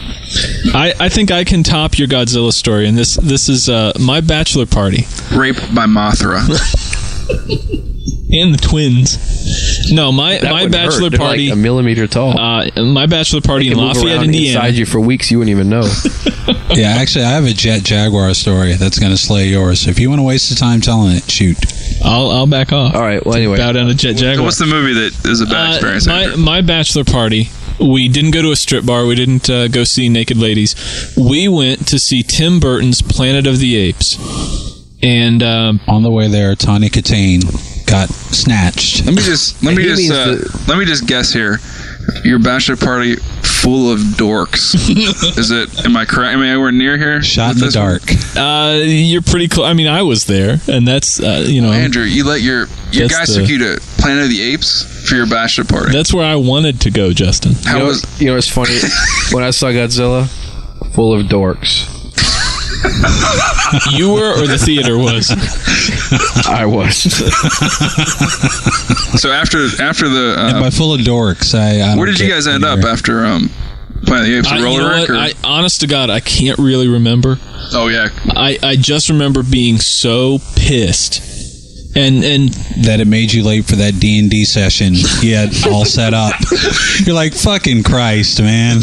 I, I think I can top your Godzilla story, and this this is uh, my bachelor party. Rape by Mothra. and the twins. No, my That my wouldn't bachelor hurt. They're party, like a millimeter tall. uh, my bachelor party They in move Lafayette, around Indiana. Inside you for weeks, you wouldn't even know. yeah, actually, I have a Jet Jaguar story that's going to slay yours. If you want to waste the time telling it, shoot. I'll I'll back off. All right. Well, anyway, bow down to Jet So Jaguar. what's the movie that is a bad Uh, experience? my Andrew? my bachelor party. We didn't go to a strip bar. We didn't uh, go see naked ladies. We went to see Tim Burton's Planet of the Apes, and um, On the way there, Tawny Katane got snatched. let me just let me He just means uh, let me just guess here. Your bachelor party full of dorks. is it? Am I correct? Am I anywhere near here? Shot with in the this? dark. uh, you're pretty close. I mean, I was there, and that's uh, you know Andrew, you let your your That's guys the- took you to Planet of the Apes for your bachelor party. that's where I wanted to go, Justin. How you know, was you know what's funny? when I saw Godzilla, full of dorks. you were, or the theater was. I was. So after after the and by uh, full of dorks, I. I where don't did you get guys end up anywhere. after um Planet of the Apes I, or you Roller know Rink? what? Or, I, honest to God, I can't really remember. oh yeah, I, I just remember being so pissed. And and That it made you late for that D and D session you had all set up. You're like fucking Christ, man.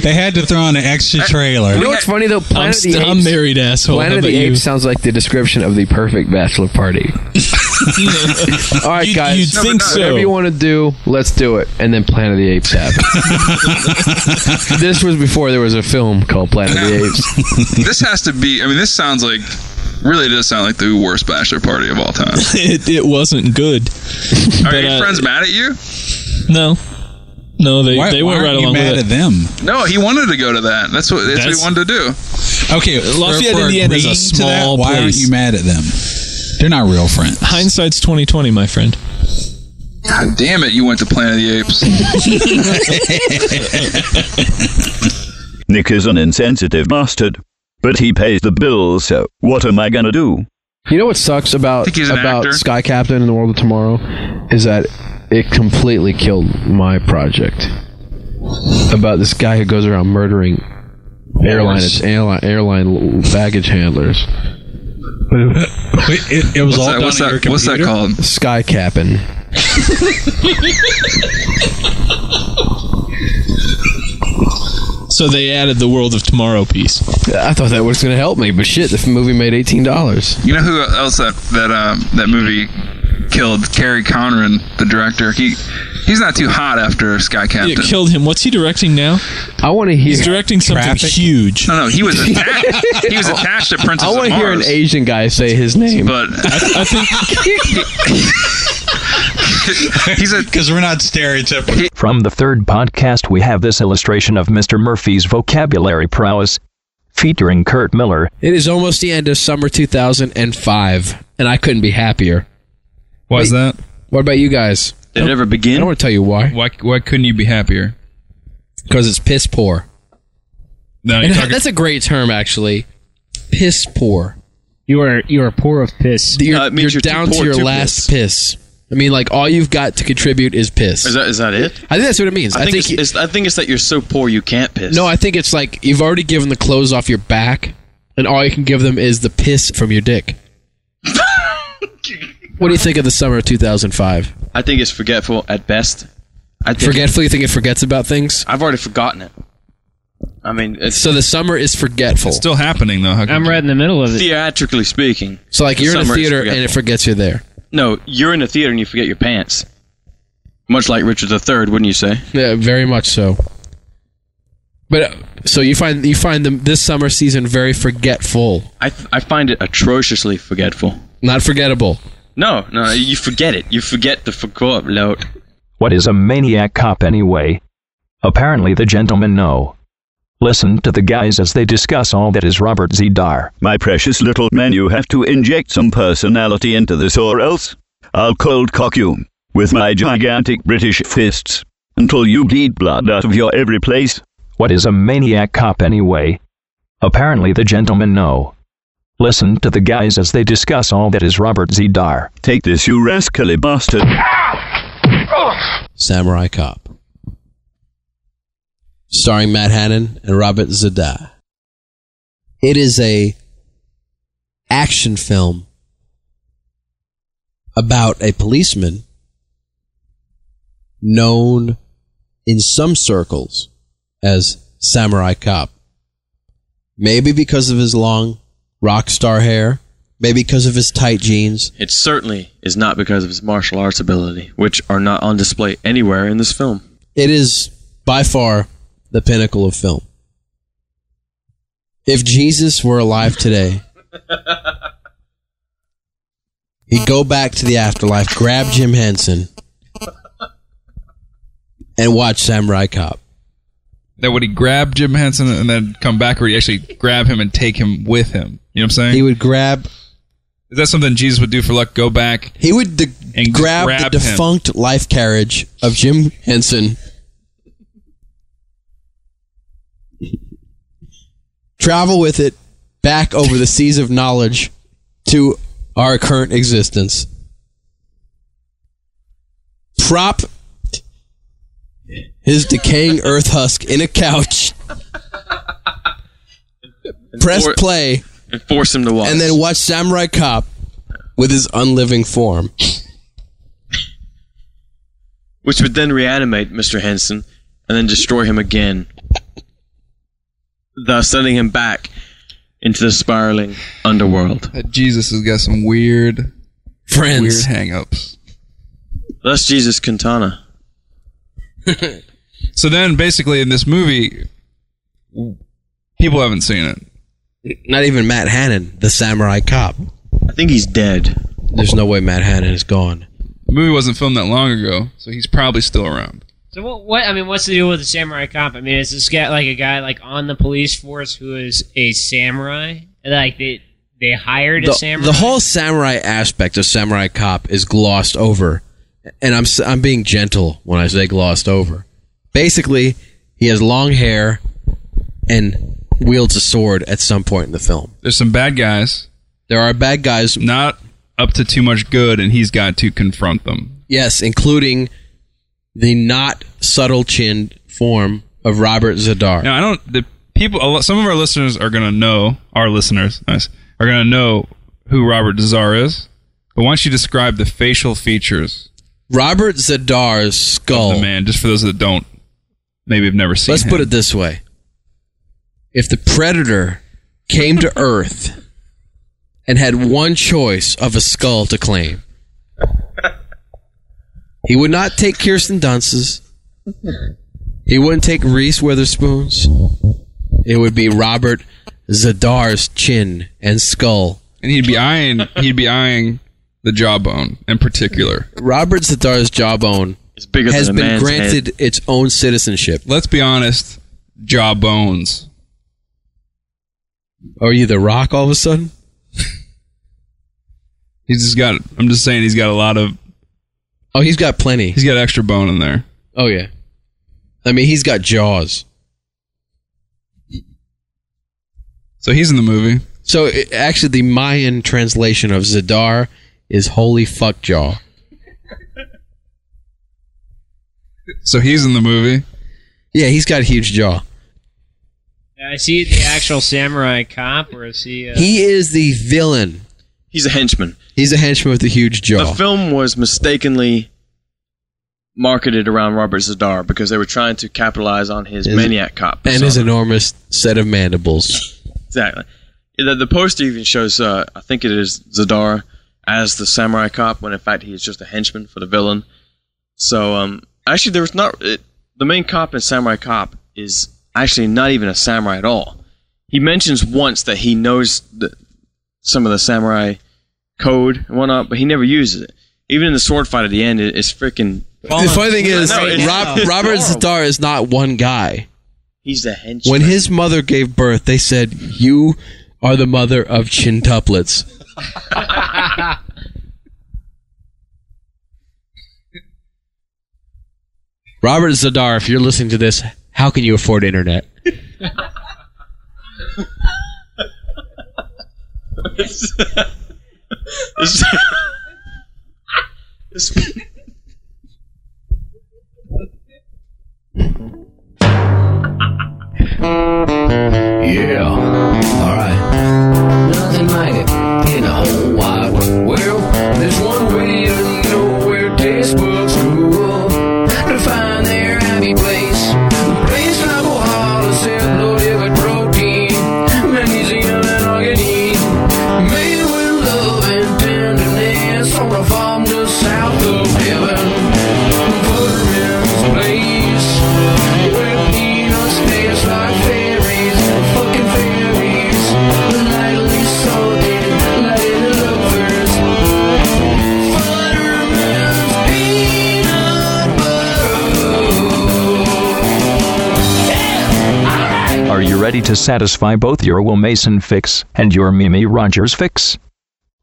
They had to throw in an extra trailer. You know what's funny though? Planet I'm, of the st- I'm Apes. married asshole. How Planet of about the you? Apes sounds like the description of the perfect bachelor party. You know, All right, you'd, guys. you'd No, but think not so. Whatever you want to do, let's do it. And then Planet of the Apes happened. this was before there was a film called Planet of the Apes. this has to be. I mean, this sounds like really does sound like the worst bachelor party of all time. it, it wasn't good. Are But, your uh, friends mad at you? No, no, they, Why, they why went right aren't you along mad with at it. them? No, he wanted to go to that. That's what that's, what That's- he wanted to do. Okay, Lafayette, for- for Indiana is a agreeing to small Why aren't place. you mad at them? They're not real friends. Hindsight's twenty twenty, my friend. God damn it! You went to Planet of the Apes. Nick is an insensitive bastard. But he pays the bills, so what am I gonna do? You know what sucks about Think he's an about actor. Sky Captain and the World of Tomorrow is that it completely killed my project. About this guy who goes around murdering airline airline airline baggage handlers. it, it was all What's that, done on your what's, that, what's that computer? called? Sky Captain. So they added the World of Tomorrow piece. I thought that was going to help me, but shit, the movie made eighteen dollars. You know who else that that um, that movie killed? Cary Conran, the director. He he's not too hot after Sky Captain. It killed him. What's he directing now? I want to hear. He's directing something Traffic. huge. no, no, Oh, he was attached. he was attached to Princess I of want to hear an Mars. Asian guy say his name. but I think he's a Because we're not stereotypical. From the third podcast, we have this illustration of Mr. Murphy's vocabulary prowess, featuring Kurt Miller. It is almost the end of summer 2005, and I couldn't be happier. Why is that? What about you guys? Did it ever I don't begin? want to tell you why. Why, why couldn't you be happier? Because it's piss poor. No, you're And talking, that's a great term, actually. Piss poor. You are you are poor of piss. You're, Uh, it means you're you're too down to poor your to last piss. I mean, like all you've got to contribute is piss. Is that is that it? I think that's what it means. I, think, it's, it's, I think it's that you're so poor you can't piss. no, I think it's like you've already given the clothes off your back, and all you can give them is the piss from your dick. what do you think of the summer of 2005? I think it's forgetful at best. I think Forgetful, you think it forgets about things? I've already forgotten it. I mean, it's So the summer is forgetful. it's still happening though. How could I'm you- right in the middle of it. theatrically speaking. So like The you're in a summer is theater and it forgetful. forgets you're there. No, you're in a theater and you forget your pants. Much like Richard III, wouldn't you say? Yeah, very much so. But uh, so you find you find them this summer season very forgetful, I, I find it atrociously forgetful. not forgettable. No, no, you forget it. You forget the forgot load. What is a maniac cop anyway? Apparently, the gentlemen know. Listen to the guys as they discuss all that is Robert Zidar. My precious little man, you have to inject some personality into this or else I'll cold cock you with my gigantic British fists until you bleed blood out of your every place. What is a maniac cop anyway? Apparently, the gentlemen know. Listen to the guys as they discuss all that is Robert Zidar. Take this, you rascally bastard. Samurai Cop, starring Matt Hannon and Robert Zadai. It is a action film about a policeman known in some circles as Samurai Cop. Maybe because of his long rock star hair, maybe because of his tight jeans, It certainly is not because of his martial arts ability, which are not on display anywhere in this film. it is by far the pinnacle of film. If Jesus were alive today, he'd go back to the afterlife, grab Jim Henson, and watch Samurai Cop. That would he grab Jim Henson and then come back, or he actually grab him and take him with him? You know what I'm saying? He would grab is that something Jesus would do for luck? Go back he would de- and grab, the him. defunct life carriage of Jim Henson. Travel with it back over the seas of knowledge to our current existence. Prop his decaying earth husk in a couch. Press for- play and force him to watch. and then watch Samurai Cop with his unliving form. which would then reanimate Mr. Henson and then destroy him again, thus sending him back into the spiraling underworld. That Jesus has got some weird friends, weird hang-ups. Thus, Jesus Quintana. So then, basically, in this movie, people haven't seen it. Not even Matt Hannon, the Samurai Cop. I think he's dead. There's no way Matt Hannon is gone. The movie wasn't filmed that long ago, so he's probably still around. So what? What I mean, what's the deal with the samurai cop? I mean, is this guy like a guy like on the police force who is a samurai? Like they they hired a the, samurai. the whole samurai aspect of samurai cop is glossed over and i'm s- i'm being gentle when i say glossed over basically he has long hair and wields a sword at some point in the film There's some bad guys. There are bad guys. Not up to too much good, and he's got to confront them. yes including the not subtle chinned form of robert zadar Now, I don't. The people. a lot- Some of our listeners are gonna know. Our listeners, nice, are gonna know who Robert Dazar is. But why don't you describe the facial features? Robert Zadar's skull. Of the man, just for those that don't, maybe have never seen. Let's him. put it this way: if the predator came to Earth and had one choice of a skull to claim, he would not take Kirsten Dunst's. He wouldn't take Reese Witherspoon's. It would be Robert Zadar's chin and skull. and he'd be eyeing. he'd be eyeing the jawbone in particular. Robert Zadar's jawbone bigger has than a been man's granted its own citizenship. Let's be honest, jawbones. Are you the Rock all of a sudden? He's just got. I'm just saying, he's got a lot of. Oh, he's got plenty. He's got extra bone in there. Oh yeah, I mean he's got jaws. So he's in the movie. So it, actually, the Mayan translation of Zadar is "holy fuck jaw." So he's in the movie. Yeah, he's got a huge jaw. Uh, is he the actual samurai cop, or is he? Uh, He is the villain. He's a henchman. He's a henchman with a huge The jaw. film was mistakenly marketed around Robert Zadar because they were trying to capitalize on his Is- maniac cop and his enormous set of mandibles. Exactly. The, the poster even shows, uh, I think it is Zadar as the samurai cop, when in fact he is just a henchman for the villain. So, um, actually, there was not. It, the main cop in Samurai Cop is actually not even a samurai at all. He mentions once that he knows the, some of the samurai code and whatnot, but he never uses it. Even in the sword fight at the end, it, it's freaking. the funny thing is, No, it's- Rob, it's Robert horrible. Zadar is not one guy. He's the henchman. When his mother gave birth, they said, "You are the mother of chintuplets." Robert Zadar, if you're listening to this, how can you afford internet? this, this, this, Yeah. Alright. Nothing like it in the whole wide world. There's one way to know where textbooks go to find their happy place. The place where alcoholics are loaded with protein, magnesium, and arginine. Made with love and tenderness from the farm to south of heaven. Putterman's place where peanuts taste like fairies, fucking fairies. Lightly salted, lighted lovers. Futterman's peanut Are you ready to satisfy both your Will Mason fix and your Mimi Rogers fix?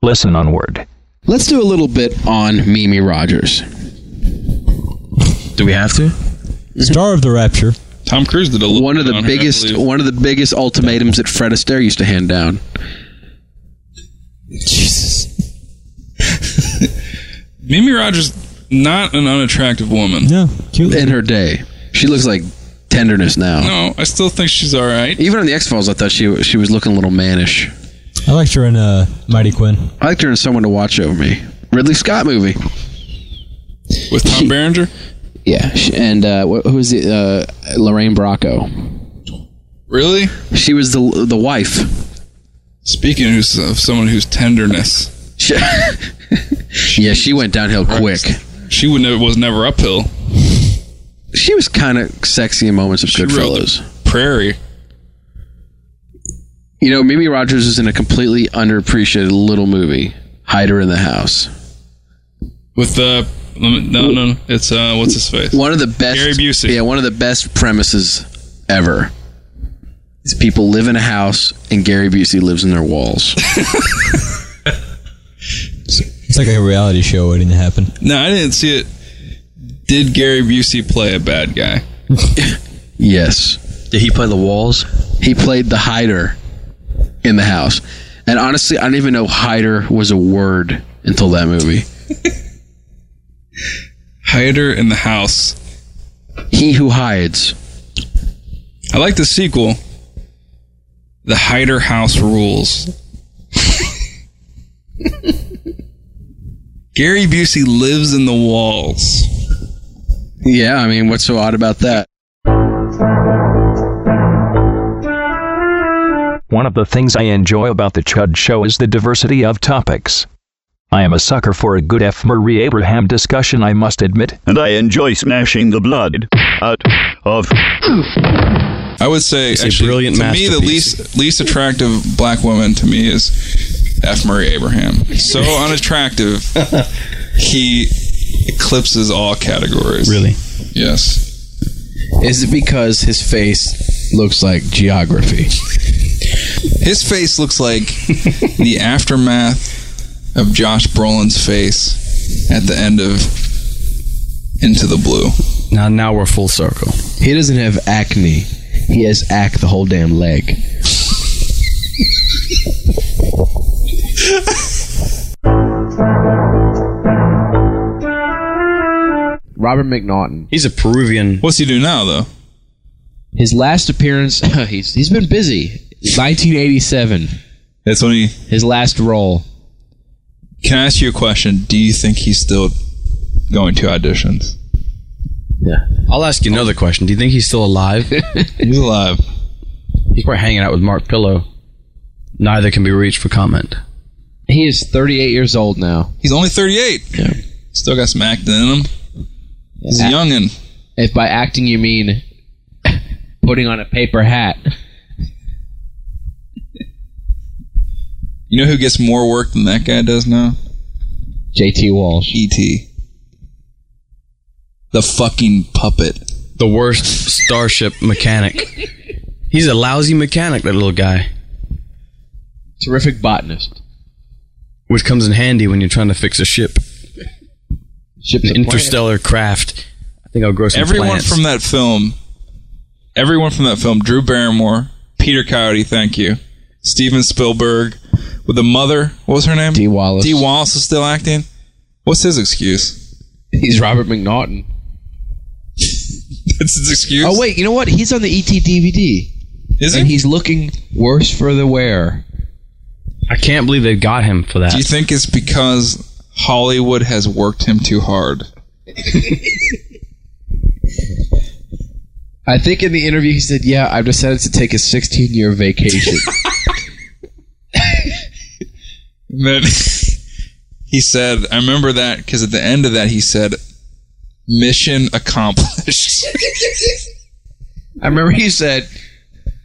Listen onward. Let's do a little bit on Mimi Rogers. Do we have to? Star of the Rapture. Tom Cruise did a one of the on her, I biggest believe. one of the biggest ultimatums that Fred Astaire used to hand down. Mimi Rogers, not an unattractive woman. Yeah, cute. In her day, she looks like tenderness now. No, I still think she's all right. Even on the X Files, I thought she she was looking a little mannish. I liked her in uh, Mighty Quinn. I liked her in Someone to Watch Over Me, Ridley Scott movie with Tom Berenger. Yeah, she, and uh, wh- who was the uh, Lorraine Bracco? Really? She was the the wife. Speaking of someone whose tenderness. yeah, she went downhill quick. She would never, was never uphill. She was kind of sexy in moments of Goodfellas. Prairie. You know, Mimi Rogers is in a completely underappreciated little movie, Hider in the House. With the no no, no it's uh what's his face One of the best. Gary Busey. Yeah, one of the best premises ever. Is people live in a house and Gary Busey lives in their walls. It's like a reality show waiting to happen. No, I didn't see it. Did Gary Busey play a bad guy? Yes. Did he play the walls? He played the hider in the house. And honestly, I didn't even know hider was a word until that movie. Hider in the house. He who hides. I like the sequel. The Hider House Rules. Gary Busey lives in the walls. Yeah, I mean, what's so odd about that? One of the things I enjoy about the Chud Show is the diversity of topics. I am a sucker for a good F. Murray Abraham discussion, I must admit. And I enjoy smashing the blood out of. I would say It's a actually, brilliant to me the masterpiece. least least attractive black woman to me is F. Murray Abraham. So unattractive, he eclipses all categories. Really? Yes. Is it because his face looks like geography? His face looks like the aftermath of Josh Brolin's face at the end of Into the Blue. Now, now we're full circle. He doesn't have acne. He has ack the whole damn leg. Robert McNaughton. He's a Peruvian. What's he do now, though? His last appearance, he's he's been busy. 1987. That's when he. His last role. Can I ask you a question? Do you think he's still going to auditions? Yeah. I'll ask you another question. Do you think he's still alive? he's alive. He's probably hanging out with Mark Pillow. Neither can be reached for comment. He is 38 years old now. He's only 38. Yeah. Still got some acting in him. He's a Act- youngin. If by acting you mean putting on a paper hat. You know who gets more work than that guy does now? JT Walsh. E.T. The fucking puppet. The worst starship mechanic. He's a lousy mechanic, that little guy. Terrific botanist. Which comes in handy when you're trying to fix a ship. Ship a interstellar craft. I think I'll grow some everyone plants. from that film, everyone from that film, Drew Barrymore, Peter Coyote, thank you, Steven Spielberg, with the mother, what was her name? Dee Wallace. Dee Wallace is still acting. What's his excuse? He's Robert McNaughton. That's his excuse. Oh wait, you know what? He's on the ET DVD. Is and he's looking worse for the wear. I can't believe they got him for that. Do you think it's because Hollywood has worked him too hard? I think in the interview he said, "Yeah, I've decided to take a 16-year vacation." And then he said, I remember that because at the end of that he said, mission accomplished. I remember he said,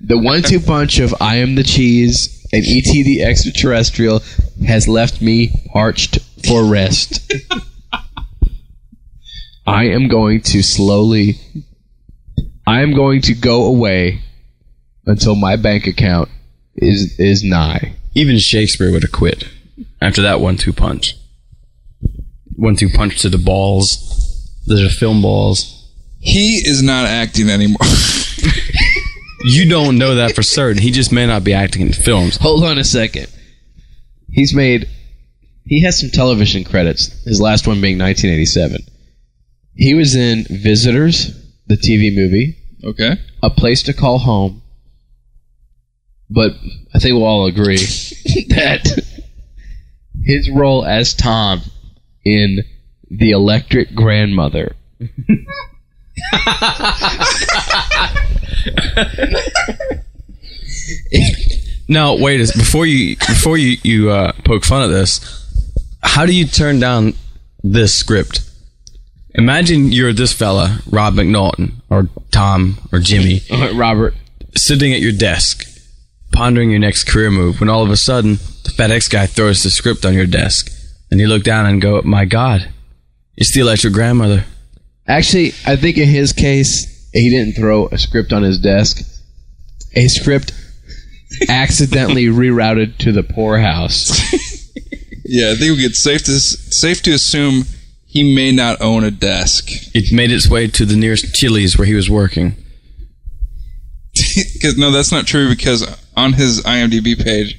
"The one-two punch of I am the cheese and ET the extraterrestrial has left me parched for rest. I am going to slowly I am going to go away until my bank account is is nigh." Even Shakespeare would have quit after that one-two punch. One-two punch to the balls. There's a film balls. he is not acting anymore. you don't know that for certain. He just may not be acting in films. Hold on a second. He's made. He has some television credits. His last one being 1987. He was in Visitors, the TV movie. Okay. A Place to Call Home. But I think we'll all agree that his role as Tom in The Electric Grandmother Now, wait, is- before you before you you uh, poke fun at this, how do you turn down this script? Imagine you're this fella, Rob McNaughton, or Tom, or Jimmy, Robert, sitting at your desk, pondering your next career move. When all of a sudden, the FedEx guy throws the script on your desk, and you look down and go, "My God, it's the electric grandmother." Actually, I think in his case, he didn't throw a script on his desk. A script accidentally rerouted to the poorhouse. Yeah, I think we get safe to safe to assume he may not own a desk It made its way to the nearest Chili's where he was working. because no, that's not true. Because on his IMDb page,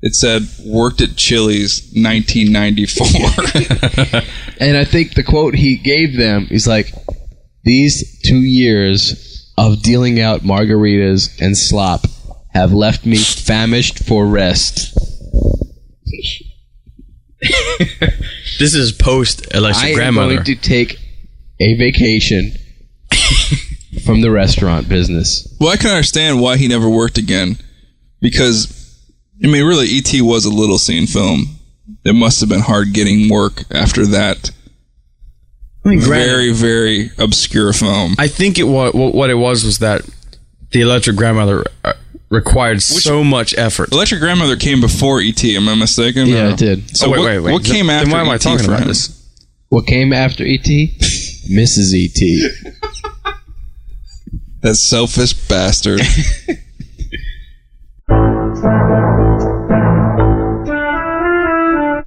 it said worked at Chili's 1994. And I think the quote he gave them is like, These two years of dealing out margaritas and slop have left me famished for rest. This is post I electric am grandmother. going to take a vacation from the restaurant business. well, I can understand why he never worked again because I mean, really, ET was a little seen film. It must have been hard getting work after that. very, very obscure film. I think it was what it was was that the electric grandmother uh, required so much effort. Electric Grandmother came before ET. Am I mistaken? Yeah, it did. So Oh, wait, what, wait, wait. what came Then after? why am I ET talking for about him? this? What came after E ET? Mrs. ET. That selfish bastard.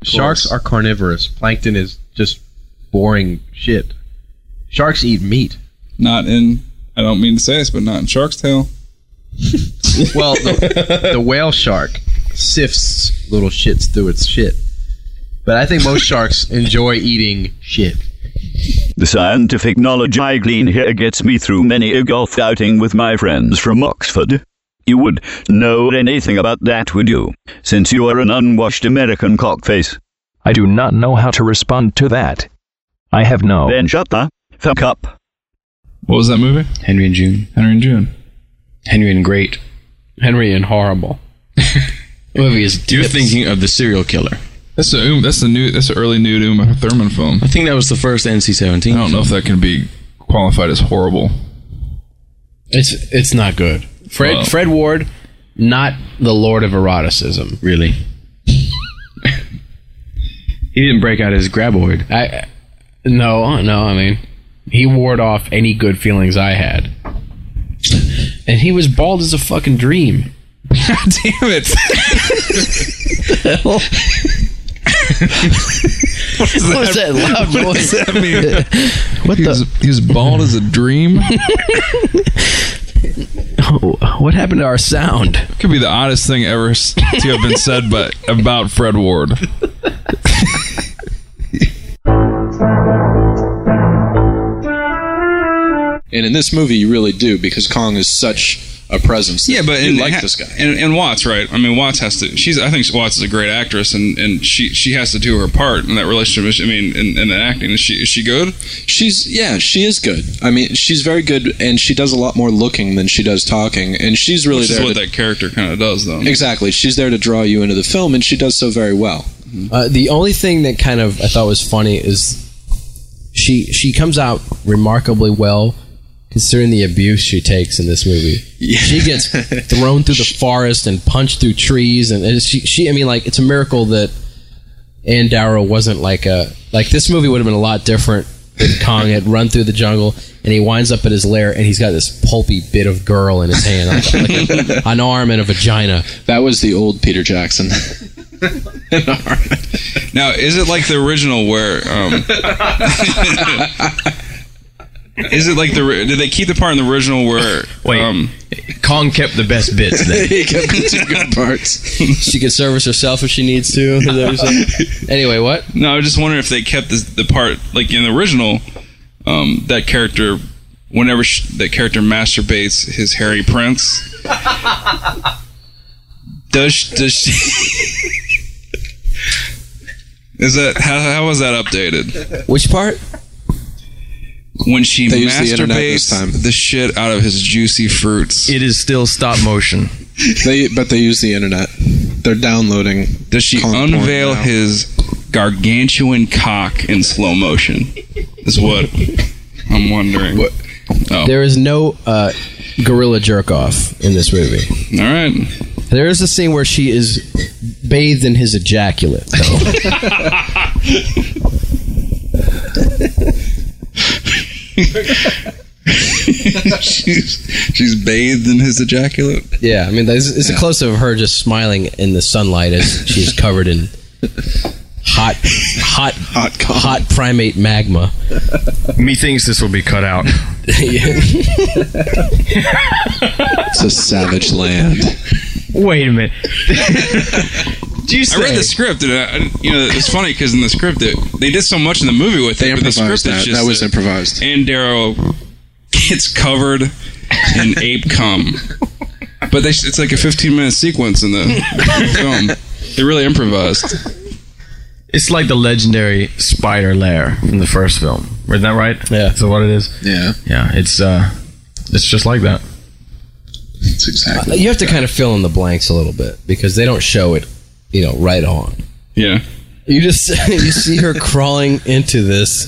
Sharks are carnivorous. Plankton is just boring shit. Sharks eat meat. Not in. I don't mean to say this, but not in Shark's Tale. well, the, the whale shark sifts little shits through its shit. But I think most sharks enjoy eating shit. The scientific knowledge I glean here gets me through many a golf outing with my friends from Oxford. You would know anything about that, would you? Since you are an unwashed American cockface. I do not know how to respond to that. I have no. Then shut the fuck up. What was that movie? Henry and June. Henry and June. Henry and Great. Henry and Horrible. movie is You're thinking of the serial killer. That's the um, that's the new that's the early new Uma Thurman film. I think that was the first NC-17. I don't know if that can be qualified as horrible. It's it's not good. Well. Fred Fred Ward, not the lord of eroticism. Really, he didn't break out his graboid. I no no. I mean, he ward off any good feelings I had, and he was bald as a fucking dream. God damn it! what is What that loud what noise? does that mean? What he the- Was, he was bald as a dream. what happened to our sound? Could be the oddest thing ever s- to have been said, but about Fred Ward. And in this movie, you really do because Kong is such a presence. Yeah, but you and, like ha- this guy. and, and Watts, right? I mean, Watts has to. She's. I think Watts is a great actress, and, and she she has to do her part in that relationship. I mean, in, in the acting, is she is she good? She's yeah, she is good. I mean, she's very good, and she does a lot more looking than she does talking. And she's really Which is there. what to- that character kind of does, though. exactly, she's there to draw you into the film, and she does so very well. Uh, the only thing that kind of I thought was funny is she she comes out remarkably well considering the abuse she takes in this movie. She gets thrown through the forest and punched through trees, and, and she she I mean like it's a miracle that Ann Darrow wasn't like a like this movie would have been a lot different if Kong had run through the jungle and he winds up at his lair and he's got this pulpy bit of girl in his hand, like, like a- an arm and a vagina. That was the old Peter Jackson. Now, is it like the original where? Um, Is it like the? Did they keep the part in the original where? um, Wait, Kong kept the best bits. Then. he kept the two good parts. she could service herself if she needs to. Is that what you're saying? anyway, what? No, I was just wondering if they kept this, the part like in the original. Um, that character, whenever sh- that character masturbates his hairy prince, does sh- does she? is that how, how was that updated? Which part? When she They used the internet this masturbates the, shit out of his juicy fruits. It is still stop motion. they but they use the internet. They're downloading. Does she unveil his gargantuan cock in slow motion? Is what I'm wondering. Oh. There is no uh, gorilla jerk off in this movie. All right. There is a scene where she is bathed in his ejaculate, though. she's, she's bathed in his ejaculate. yeah, I mean, there's, it's a close up of her just smiling in the sunlight as she's covered in hot, hot, hot, hot primate magma. Methinks this will be cut out. It's a savage land. Wait a minute. I read the script, and I, I- you know it's funny because in the script it, they did so much in the movie with They it, but the script improvised is that. just That was improvised. And Darrow gets covered in ape cum, but they, it's like a 15 minute sequence in the film. They really improvised. It's like the legendary spider lair from the first film. Isn't that right? Yeah. So what it is? Yeah. Yeah. It's uh, it's just like that. It's exactly. You have to kind of fill in the blanks a little bit because they don't show it, you know, right on. Yeah. You just you see her crawling into this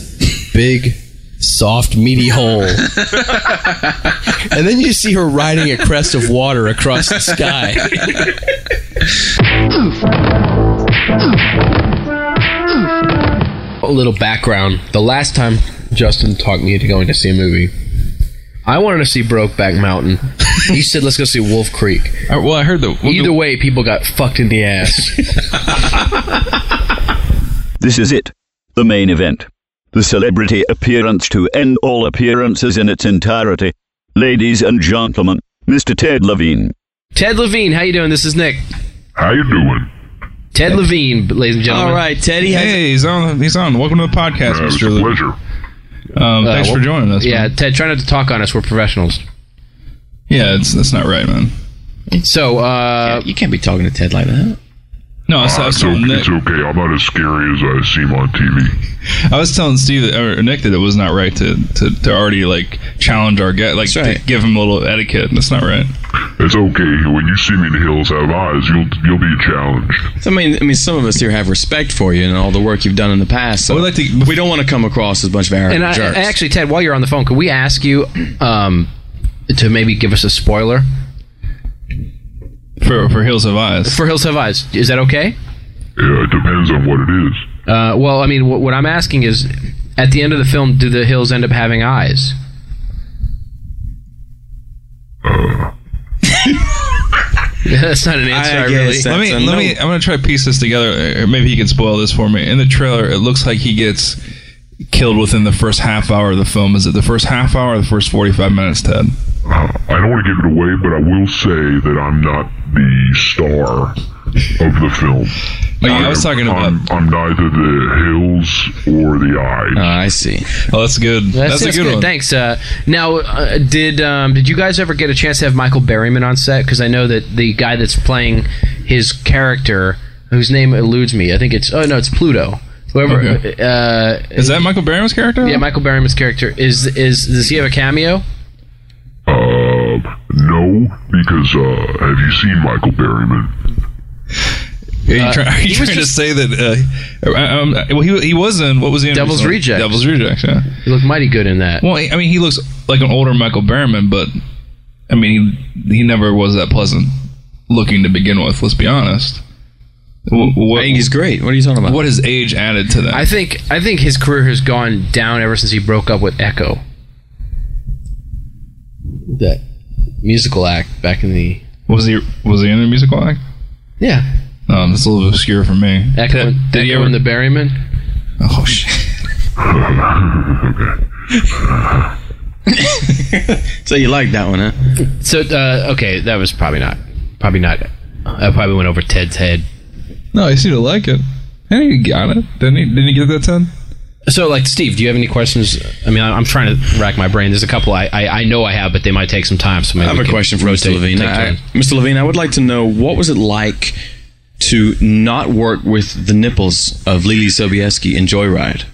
big, soft, meaty hole, and then you see her riding a crest of water across the sky. A little background. The last time Justin talked me into going to see a movie, I wanted to see Brokeback Mountain. He said, "Let's go see Wolf Creek." Uh, well, I heard the either way, people got fucked in the ass. This is it. The main event. The celebrity appearance to end all appearances in its entirety. Ladies and gentlemen, Mr. Ted Levine. Ted Levine, how you doing? This is Nick. How you doing? Ted Levine, ladies and gentlemen. All right, Teddy. Hey, he's on. He's on. Welcome to the podcast, Mr. Lou. Um, Uh, thanks well- for joining us. Yeah, man. Ted, try not to talk on us. We're professionals. Yeah, it's, that's not right, man. So, uh. You can't be talking to Ted like that. No, I was, I Ah, was it's, telling okay, Nick. it's okay. I'm not as scary as I seem on TV. I was telling Steve that, or Nick that it was not right to, to, to already like challenge our guest, like to give him a little etiquette. That's not right. It's okay. When you see me in the hills have eyes, you'll you'll be challenged. So, I mean, I mean, some of us here have respect for you and all the work you've done in the past. So we don't want to come across as a bunch of arrogant And I, jerks. I- actually, Ted, while you're on the phone, could we ask you um, to maybe give us a spoiler? For, for Hills Have Eyes. For Hills Have Eyes. Is that okay? Yeah, it depends on what it is. Uh, well, I mean, wh- what I'm asking is at the end of the film, do the hills end up having eyes? that's not an answer. I, really. Let me, let me. I'm gonna try to piece this together. Or maybe he can spoil this for me. In the trailer, it looks like he gets killed within the first half hour of the film. Is it the first half hour or the first 45 minutes, Ted? Uh, I don't want to give it away, but I will say that I'm not the star of the film. I was talking about. I'm, I'm neither the hills or the eyes. I see. Oh, that's good. That's, that's good. Thanks. Uh, now, uh, did um, did you guys ever get a chance to have Michael Berryman on set? Because I know that the guy that's playing his character, whose name eludes me, I think it's oh no, it's Pluto. Whoever Okay. uh, is that Michael Berryman's character? Yeah, Michael Berryman's character is is does he have a cameo? Um, no, because uh, have you seen Michael Berryman? Are Uh, you, try, are you trying to say that? Uh, I- um, well, he, he was in what was he? In Devil's recently? Rejects. Devil's Rejects. Yeah. He looked mighty good in that. Well, I mean, he looks like an older Michael Berryman, but I mean, he he never was that pleasant looking to begin with. Let's be honest. I think he's great. What are you talking about? What has age added to that? I think I think his career has gone down ever since he broke up with Echo. That musical act back in the was he was he in a musical act? Yeah. Um, that's a little obscure for me. Echo, Did- did did he Echo ever- and the Berryman? Oh shit! okay. so you like that one, huh? So uh, okay, that was probably not, probably not. I probably went over Ted's head. No, I seem to like it. And he got it. Didn't he? Didn't he get that ten? So like, Steve, do you have any questions? I mean, I- I'm trying to rack my brain. There's a couple I, I, I know I have, but they might take some time. So maybe I have we a can question for rotate- Mr. Levine. take I, turns. Mr. Levine, I would like to know what was it like to not work with the nipples of Lily Sobieski in Joyride?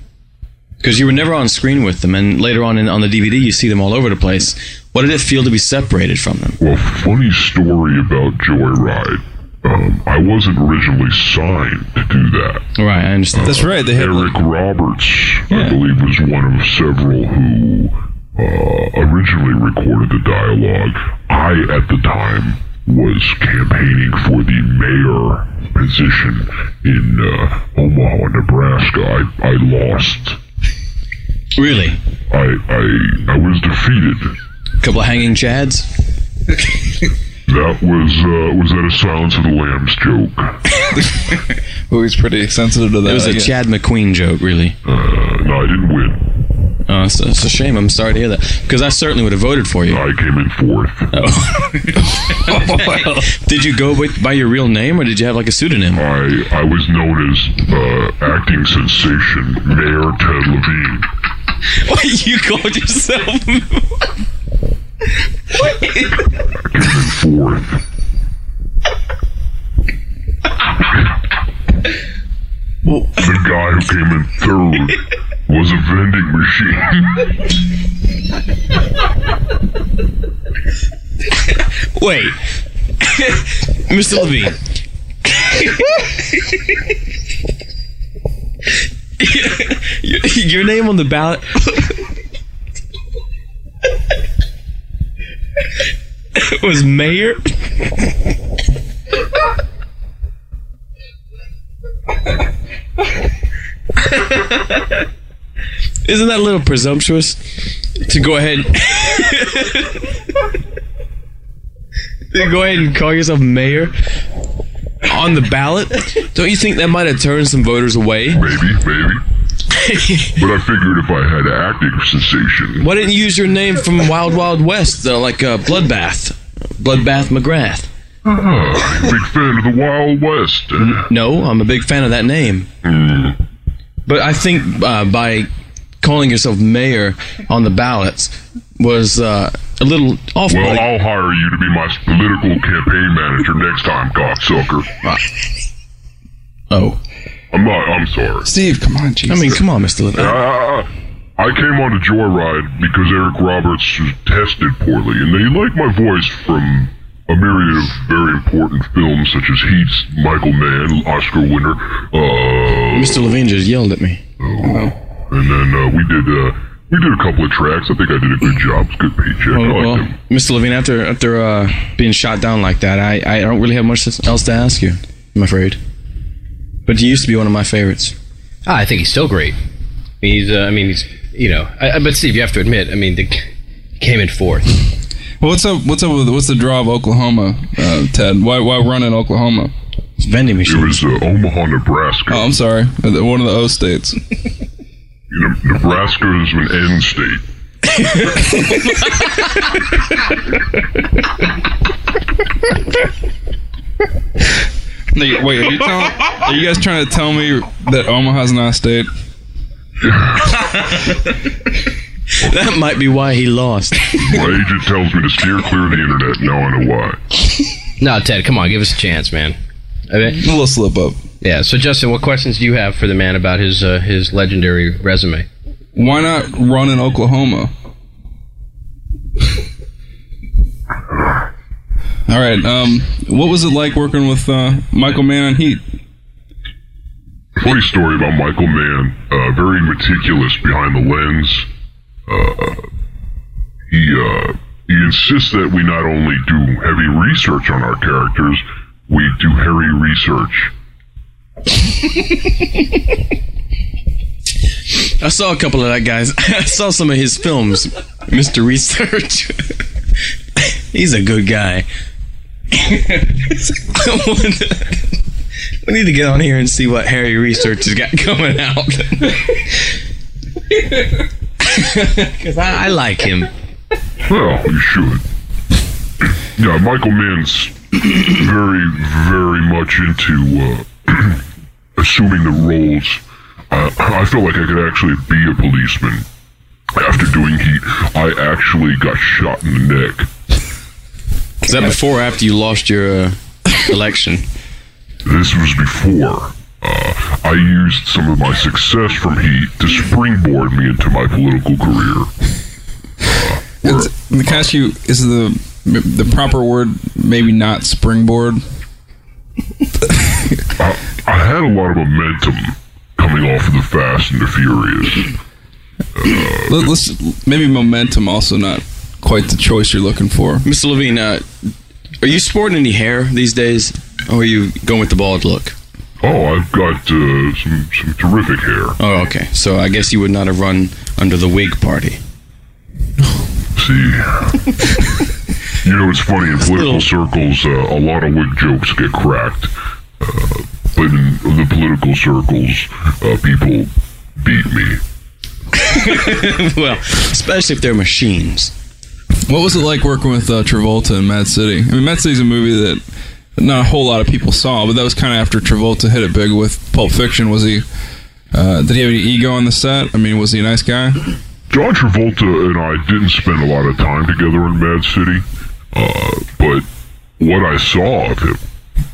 Because you were never on screen with them, and later on in, on the DVD, you see them all over the place. What did it feel to be separated from them? Well, funny story about Joyride. Um, I wasn't originally signed to do that. Right, I understand. That's right. They had Eric Roberts, I believe, was one of several who uh, originally recorded the dialogue. I, at the time, was campaigning for the mayor position in uh, Omaha, Nebraska. I, I lost. Really? I, I I was defeated. Couple of hanging chads. That was uh, was that a Silence of the Lambs joke? Who was pretty sensitive to that. It was I a guess. Chad McQueen joke, really. Uh, no, I didn't win. Oh, it's, it's a shame. I'm sorry to hear that. Because I certainly would have voted for you. I came in fourth. Oh. did you go with, by your real name, or did you have like a pseudonym? I I was known as uh, acting sensation Mayor Ted Levine. What you called yourself? I came in fourth. the guy who came in third was a vending machine. Wait, Mr. Levine. your, your name on the ballot. was mayor. Isn't that a little presumptuous to go ahead? to go ahead and call yourself mayor on the ballot? Don't you think that might have turned some voters away? Maybe, maybe. but I figured if I had acting sensation, Why didn't you use your name from Wild Wild West, uh, like uh, Bloodbath? Bloodbath McGrath. Ah, big fan of the Wild West. eh? Hmm. No, I'm a big fan of that name. But I think uh, by calling yourself mayor on the ballots was uh, a little off. well, I'll hire you to be my political campaign manager next time, cocksucker. Oh, I'm not. I'm sorry. Steve, come on, Jesus. I mean, come on, Mr. Levine. Ah, I came on a joyride because Eric Roberts was tested poorly, and they like my voice from a myriad of very important films such as Heat's Michael Mann, Oscar winner, uh, Mr. Levine just yelled at me. and then uh, we did uh, we did a couple of tracks. I think I did a good job. It's a good paycheck. I Well, liked well, him. Mr. Levine, after after uh, being shot down like that, I, I don't really have much else to ask you. I'm afraid. But you used to be one of my favorites. Ah, I think he's still great. He's, uh, I mean, he's, you know, I, I- but Steve, you have to admit, I mean, the, he came in fourth. Well, what's up? What's up with what's the draw of Oklahoma, uh, Ted? Why why run in Oklahoma? It's vending machine. It was uh, Omaha, Nebraska. Oh, I'm sorry, Uh, one of the O states. You know, Nebraska is an end state. Wait, wait, are you, telling, are you guys trying to tell me that Omaha's not a state? that might be why he lost. My agent tells me to steer clear of the internet. Now I know why. No, Ted, come on, give us a chance, man. I mean, a little slip up. Yeah. So, Justin, what questions do you have for the man about his uh, his legendary resume? Why not run in Oklahoma? All right. Um, what was it like working with uh, Michael Mann on Heat? Funny story about Michael Mann. Uh, very meticulous behind the lens. Uh, he uh, he insists that we not only do heavy research on our characters, we do hairy research. I saw a couple of that guys. I saw some of his films, Mr. Research. He's a good guy. I wonder- we need to get on here and see what Harry Research has got coming out. Because I, I like him. Well, you should. Yeah, Michael Mann's very, very much into uh, assuming the roles. Uh, I feel like I could actually be a policeman. After doing Heat, I actually got shot in the neck. Is that before or after you lost your uh, election? This was before. Uh, I used some of my success from Heat to springboard me into my political career. It's, can I ask you, is the the proper word maybe not springboard? I, I had a lot of momentum coming off of the Fast and the Furious. Uh, Let, us maybe momentum also not quite the choice you're looking for. Mr. Levine, uh, are you sporting any hair these days, or are you going with the bald look? Oh, I've got uh, some, some terrific hair. Oh, okay. So I guess you would not have run under the Whig Party. See, you know, it's funny in political circles, uh, a lot of wig jokes get cracked, uh, but in the political circles, uh, people beat me. well, especially if they're machines. What was it like working with uh, Travolta in Mad City? I mean, Mad City's a movie that not a whole lot of people saw, but that was kind of after Travolta hit it big with Pulp Fiction. Was he? Uh, did he have any ego on the set? I mean, was he a nice guy? John Travolta and I didn't spend a lot of time together in Mad City, uh, but what I saw of him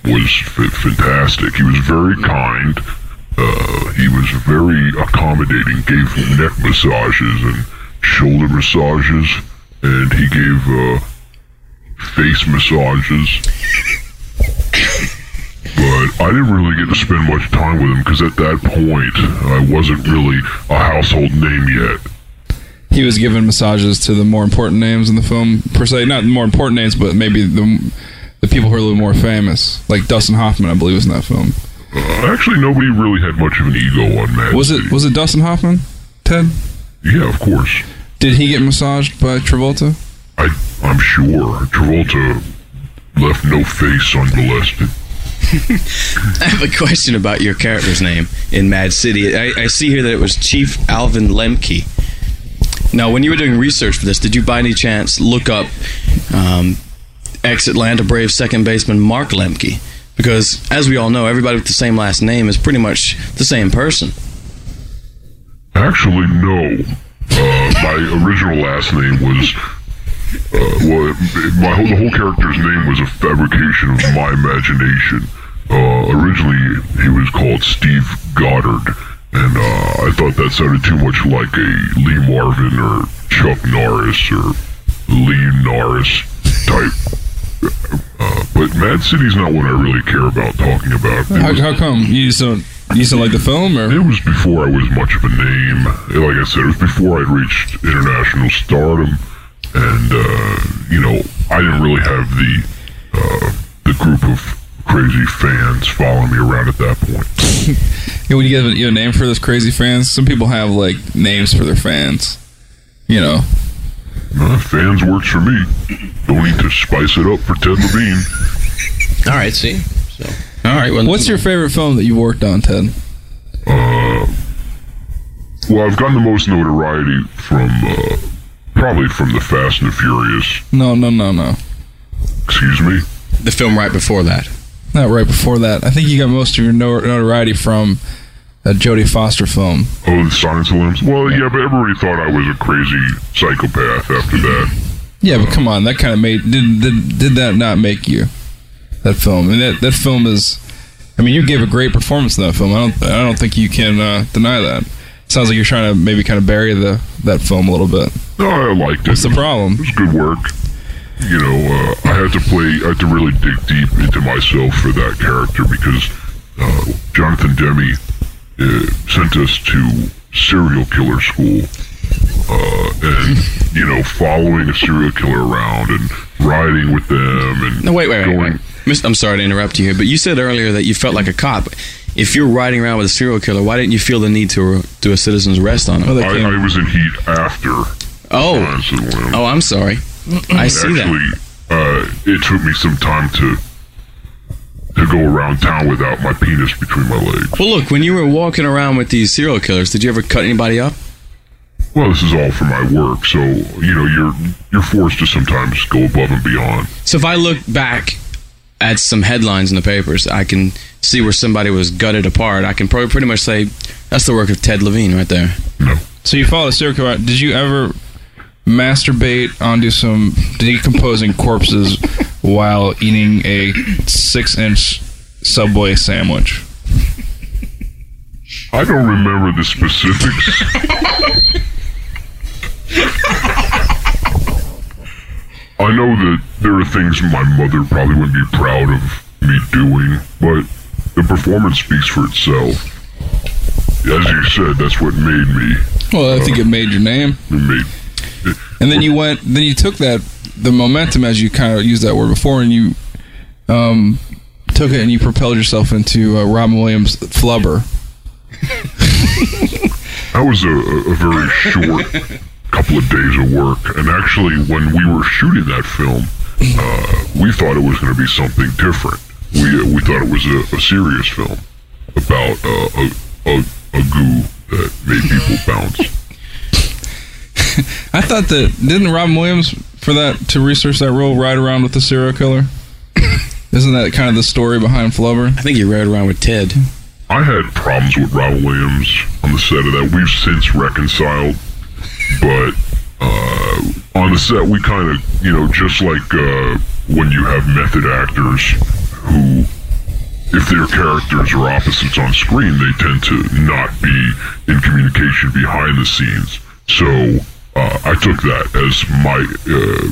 was f- fantastic. He was very kind. Uh, he was very accommodating. Gave neck massages and shoulder massages, and he gave uh, face massages. But I didn't really get to spend much time with him because at that point I wasn't really a household name yet. He was giving massages to the more important names in the film per se. Not the more important names, but maybe the the people who are a little more famous, like Dustin Hoffman, I believe, was in that film. Uh, actually, nobody really had much of an ego on Mad Was it was it Dustin Hoffman? Ted? Yeah, of course. Did he get massaged by Travolta? I, I'm sure Travolta left no face unmolested. I have a question about your character's name in Mad City. I, I see here that it was Chief Alvin Lemke. Now, when you were doing research for this, did you by any chance look up um, ex Atlanta Braves second baseman Mark Lemke? Because, as we all know, everybody with the same last name is pretty much the same person. Actually, no. Uh, my original last name was. Uh, well, it- my whole, the whole character's name was a fabrication of my imagination. Uh, originally, he was called Steve Goddard, and uh, I thought that sounded too much like a Lee Marvin or Chuck Norris or Lee Norris type. Uh, but Mad City's not one I really care about talking about. How, how come you just don't you just don't like the film, or It was before I was much of a name. Like I said, it was before I'd reached international stardom, and uh, you know, I didn't really have the uh, the group of crazy fans following me around at that point. Yeah, would you give it you know, a name for those crazy fans? Some people have like names for their fans. You know, Uh, fans works for me. Don't need to spice it up for Ted Levine. All right, see. So, all right. What's your favorite film that you've worked on, Ted? Uh, well, I've gotten the most notoriety from uh, probably from the Fast and the Furious. No, no, no, no. Excuse me. The film right before that. Not right before that. I think you got most of your nor- notoriety from a Jodie Foster film. Oh, the Silence of the Lambs. Well, yeah, but everybody thought I was a crazy psychopath after that. Yeah, but come on, that kind of made did, did did that not make you that film? I mean, that that film is. I mean, you gave a great performance in that film. I don't I don't think you can uh, deny that. Sounds like you're trying to maybe kind of bury the that film a little bit. No, I liked it. What's the Um, problem? It was good work. You know, uh, I had to play. I had to really dig deep into myself for that character because uh, Jonathan Demi uh, sent us to serial killer school, uh, and you know, following a serial killer around and riding with them and No, wait, wait, wait. wait. Miss- I'm sorry to interrupt you here, but you said earlier that you felt like a cop. If you're riding around with a serial killer, why didn't you feel the need to do a citizen's arrest on him? I, I was in heat after. Oh. Oh, I'm sorry. I see that. Actually, Uh, it took me some time to to go around town without my penis between my legs. Well, look, when you were walking around with these serial killers, did you ever cut anybody up? well, this is all for my work, so you know you're you're forced to sometimes go above and beyond. So if I look back at some headlines in the papers, I can see where somebody was gutted apart. I can probably pretty much say that's the work of Ted Levine right there. So you follow the serial killer. Did you ever masturbate onto some decomposing corpses while eating a six-inch Subway sandwich? I don't remember the specifics. I know that there are things my mother probably wouldn't be proud of me doing, but the performance speaks for itself. As you said, that's what made me. Well, I think it made your name. It made And then you went. Then you took that the momentum, as you kind of used that word before, and you um, took it and you propelled yourself into uh, Robin Williams' flubber. That was a, uh, a very short couple of days of work. And actually, when we were shooting that film, uh, we thought it was going to be something different. We, uh, we thought it was a, a serious film about uh, a, a, a goo that made people bounce. I thought that didn't Robin Williams for that to research that role ride around with the serial killer? Isn't that kind of the story behind Flubber? I think he rode around with Ted. I had problems with Robin Williams on the set of that. We've since reconciled, but uh, on the set we kind of, you know, just like uh, when you have method actors who, if their characters are opposites on screen, they tend to not be in communication behind the scenes. So uh, I took that as my uh,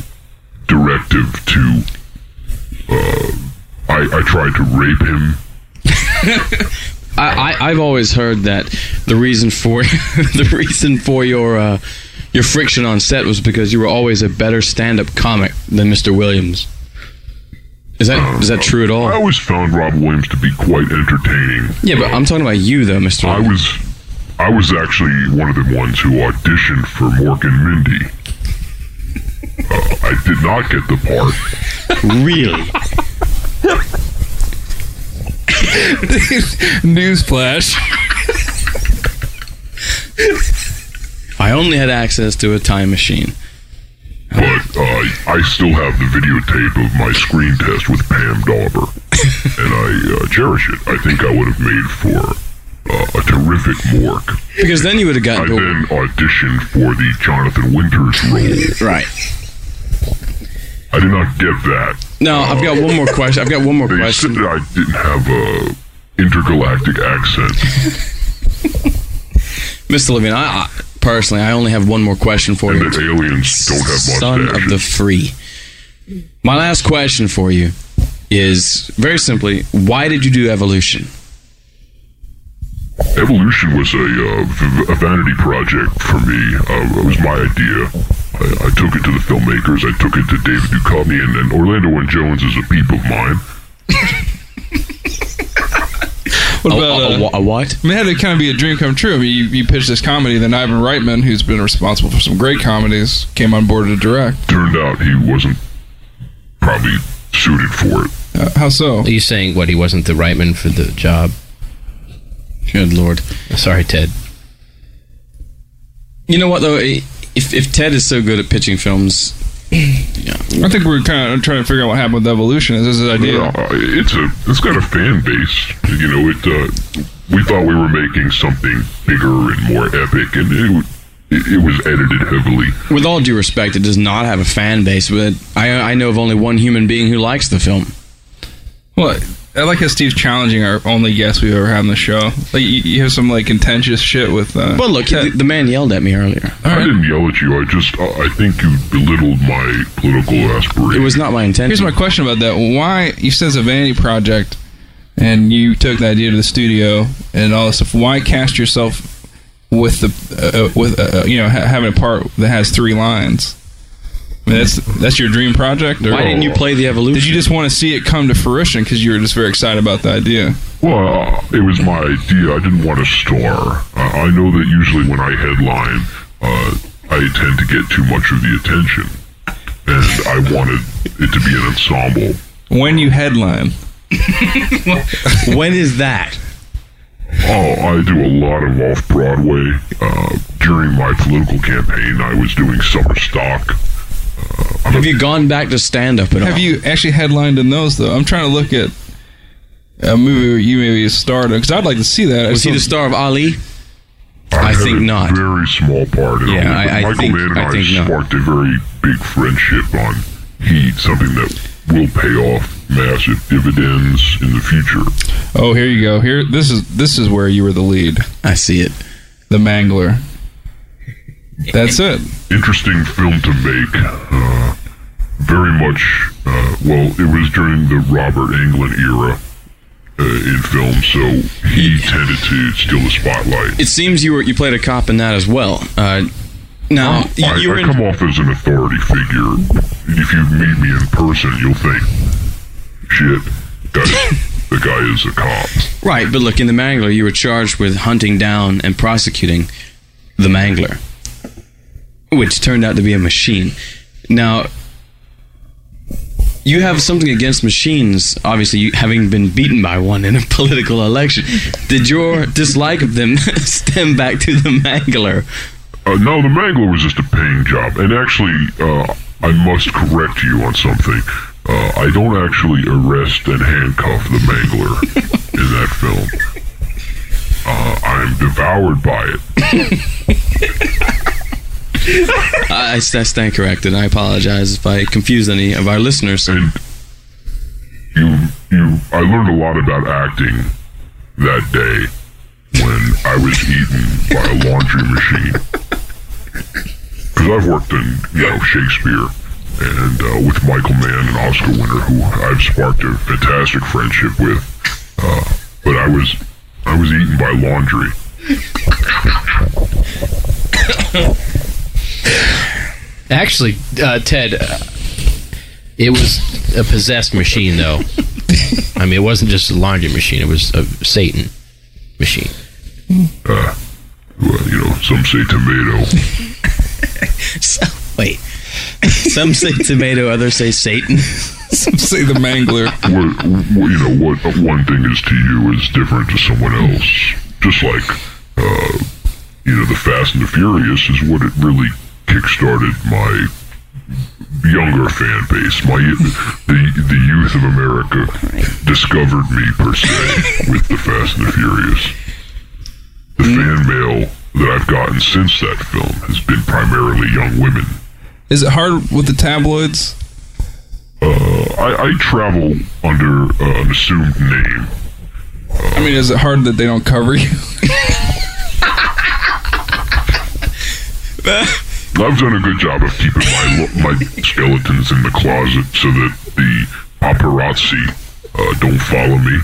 directive to. Uh, I, I tried to rape him I, I I've always heard that the reason for the reason for your uh, your friction on set was because you were always a better stand up comic than Mr. Williams. Is that is that true at all? I always found Rob Williams to be quite entertaining. Yeah, but I'm talking about you though, Mr. I was I was actually one of the ones who auditioned for Mork and Mindy. Uh, I did not get the part. Really? Newsflash. I only had access to a time machine. But uh, I still have the videotape of my screen test with Pam Dauber, and I uh, cherish it. I think I would have made for uh, a terrific Mork. Because then you would have I gotten then auditioned for the Jonathan Winters role. Right. I did not get that. No, I've got one more question. I've got one more They question. said that I didn't have a intergalactic accent. Mr. Levine, I, I personally, I only have one more question for you. aliens don't have Son of the free. My last question for you is very simply: Why did you do evolution? Evolution was a, uh, v- a vanity project for me. Uh, it was my idea. I, I took it to the filmmakers. I took it to David Duchovny, and, and Orlando and Jones is a peep of mine. What about a, a, what? I mean, it had to kind of be a dream come true. I mean, you, you pitched this comedy, then Ivan Reitman, who's been responsible for some great comedies, came on board to direct. Turned out he wasn't probably suited for it. Uh, how so? Are you saying what he wasn't the right man for the job? Good lord. Sorry, Ted. You know what though? I- If, if Ted is so good at pitching films, I think we're kind of trying to figure out what happened with evolution. Is this an idea? Uh, it's a it's got a fan base. You know, it. Uh, we thought we were making something bigger and more epic, and it, w- it, it was edited heavily. with all due respect, it does not have a fan base. But I I know of only one human being who likes the film. Well, I like how Steve's challenging our only guest we've ever had on the show. Like you, you have some like contentious shit with. Uh, Well, look, the, the man yelled at me earlier. I didn't yell at you. I just I I think you belittled my political aspirations. It was not my intention. Here's my question about that. Why you said it's a vanity project, and you took the idea to the studio and all this stuff. Why cast yourself with the uh, with uh, you know ha- having a part that has three lines? I mean, that's that's your dream project. Why didn't you play the evolution? Did you just want to see it come to fruition because you were just very excited about the idea? Well, it was my idea. I didn't want a star. I I know that usually when I headline, uh, I tend to get too much of the attention, and I wanted it to be an ensemble. When you headline, when is that? Oh, I do a lot of off Broadway. Uh, during my political campaign, I was doing summer stock. Have you gone back to stand up at all? Have you actually headlined in those though? I'm trying to look at a movie where you maybe starred because I'd like to see that. I Was he saw- the star of Ali? I, think had a not. Very small part. In Yeah, all that, I- but I Michael think- Mann and I I, think not. sparked a very big friendship on Heat, something that will pay off massive dividends in the future. Oh, here you go. Here, this is this is where you were the lead. I see it. The Mangler. That's it. Interesting film to make. Uh, very much. Uh, well, it was during the Robert Englund era uh, in film, so he tended to steal the spotlight. It seems you were you played a cop in that as well. Uh, now you, I, you were Oh, I in come off as an authority figure. If you meet me in person, you'll think, "Shit, that, the guy is a cop." right, but look in the Mangler, you were charged with hunting down and prosecuting the Mangler, which turned out to be a machine. Now you have something against machines, obviously, you, having been beaten by one in a political election. Did your dislike of them stem back to the Mangler? Uh, no, the mangler was just a paying job. And actually, uh, I must correct you on something. Uh, I don't actually arrest and handcuff the mangler in that film. Uh, I'm devoured by it. I, I stand corrected. I apologize if I confuse any of our listeners. You, you. I learned a lot about acting that day when I was eaten by a laundry machine. Because I've worked in, you know, Shakespeare and uh, with Michael Mann and Oscar winner, who I've sparked a fantastic friendship with. Uh, but I was, I was eaten by laundry. Actually, uh, Ted, uh, it was a possessed machine, though. I mean, it wasn't just a laundry machine; it was a Satan machine. Uh, well, you know, some say tomato. So, wait. Some say tomato, others say Satan. Some say the mangler. what, what you know what one thing is to you is different to someone else just like uh, you know the fast and the furious is what it really kick-started my younger fan base my the, the youth of america discovered me per se with the fast and the furious the fan mail that i've gotten since that film has been primarily young women Is it hard with the tabloids? uh, I, I travel under uh, an assumed name I mean, is it hard that they don't cover you? I've done a good job of keeping my my skeletons in the closet so that the paparazzi uh, don't follow me,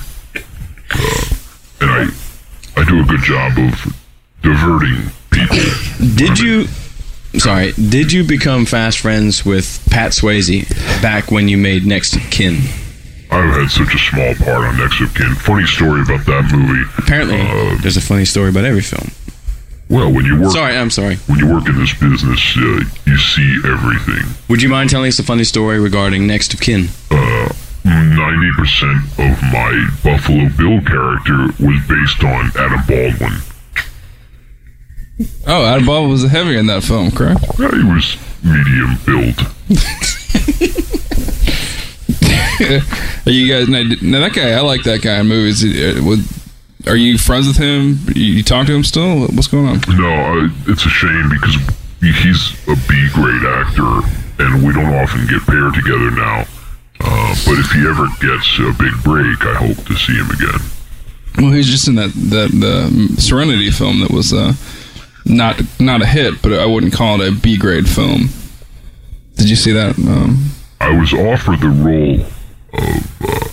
uh, and I I do a good job of diverting people. Did you. Sorry, did you become fast friends with Pat Swayze back when you made Next of Kin? I've had such a small part on Next of Kin. Funny story about that movie. Uh, Apparently, there's a funny story about every film. Well, when you work, Sorry, I'm sorry. When you work in this business, uh, you see everything. Would you mind telling us a funny story regarding Next of Kin? Uh, Ninety percent of my Buffalo Bill character was based on Adam Baldwin. Oh, Adam Baldwin was heavier in that film, correct? Yeah, he was medium build. are you guys now, now? That guy, I like that guy in movies. Uh, with- Are you friends with him? You you talk to him still? What's going on? No, I, it's a shame because he's a B grade actor, and we don't often get paired together now. Uh, but if he ever gets a big break, I hope to see him again. Well, he was just in that that the um, Serenity film that was uh, not not a hit, but I wouldn't call it a B grade film. Did you see that? Um, I was offered the role of uh,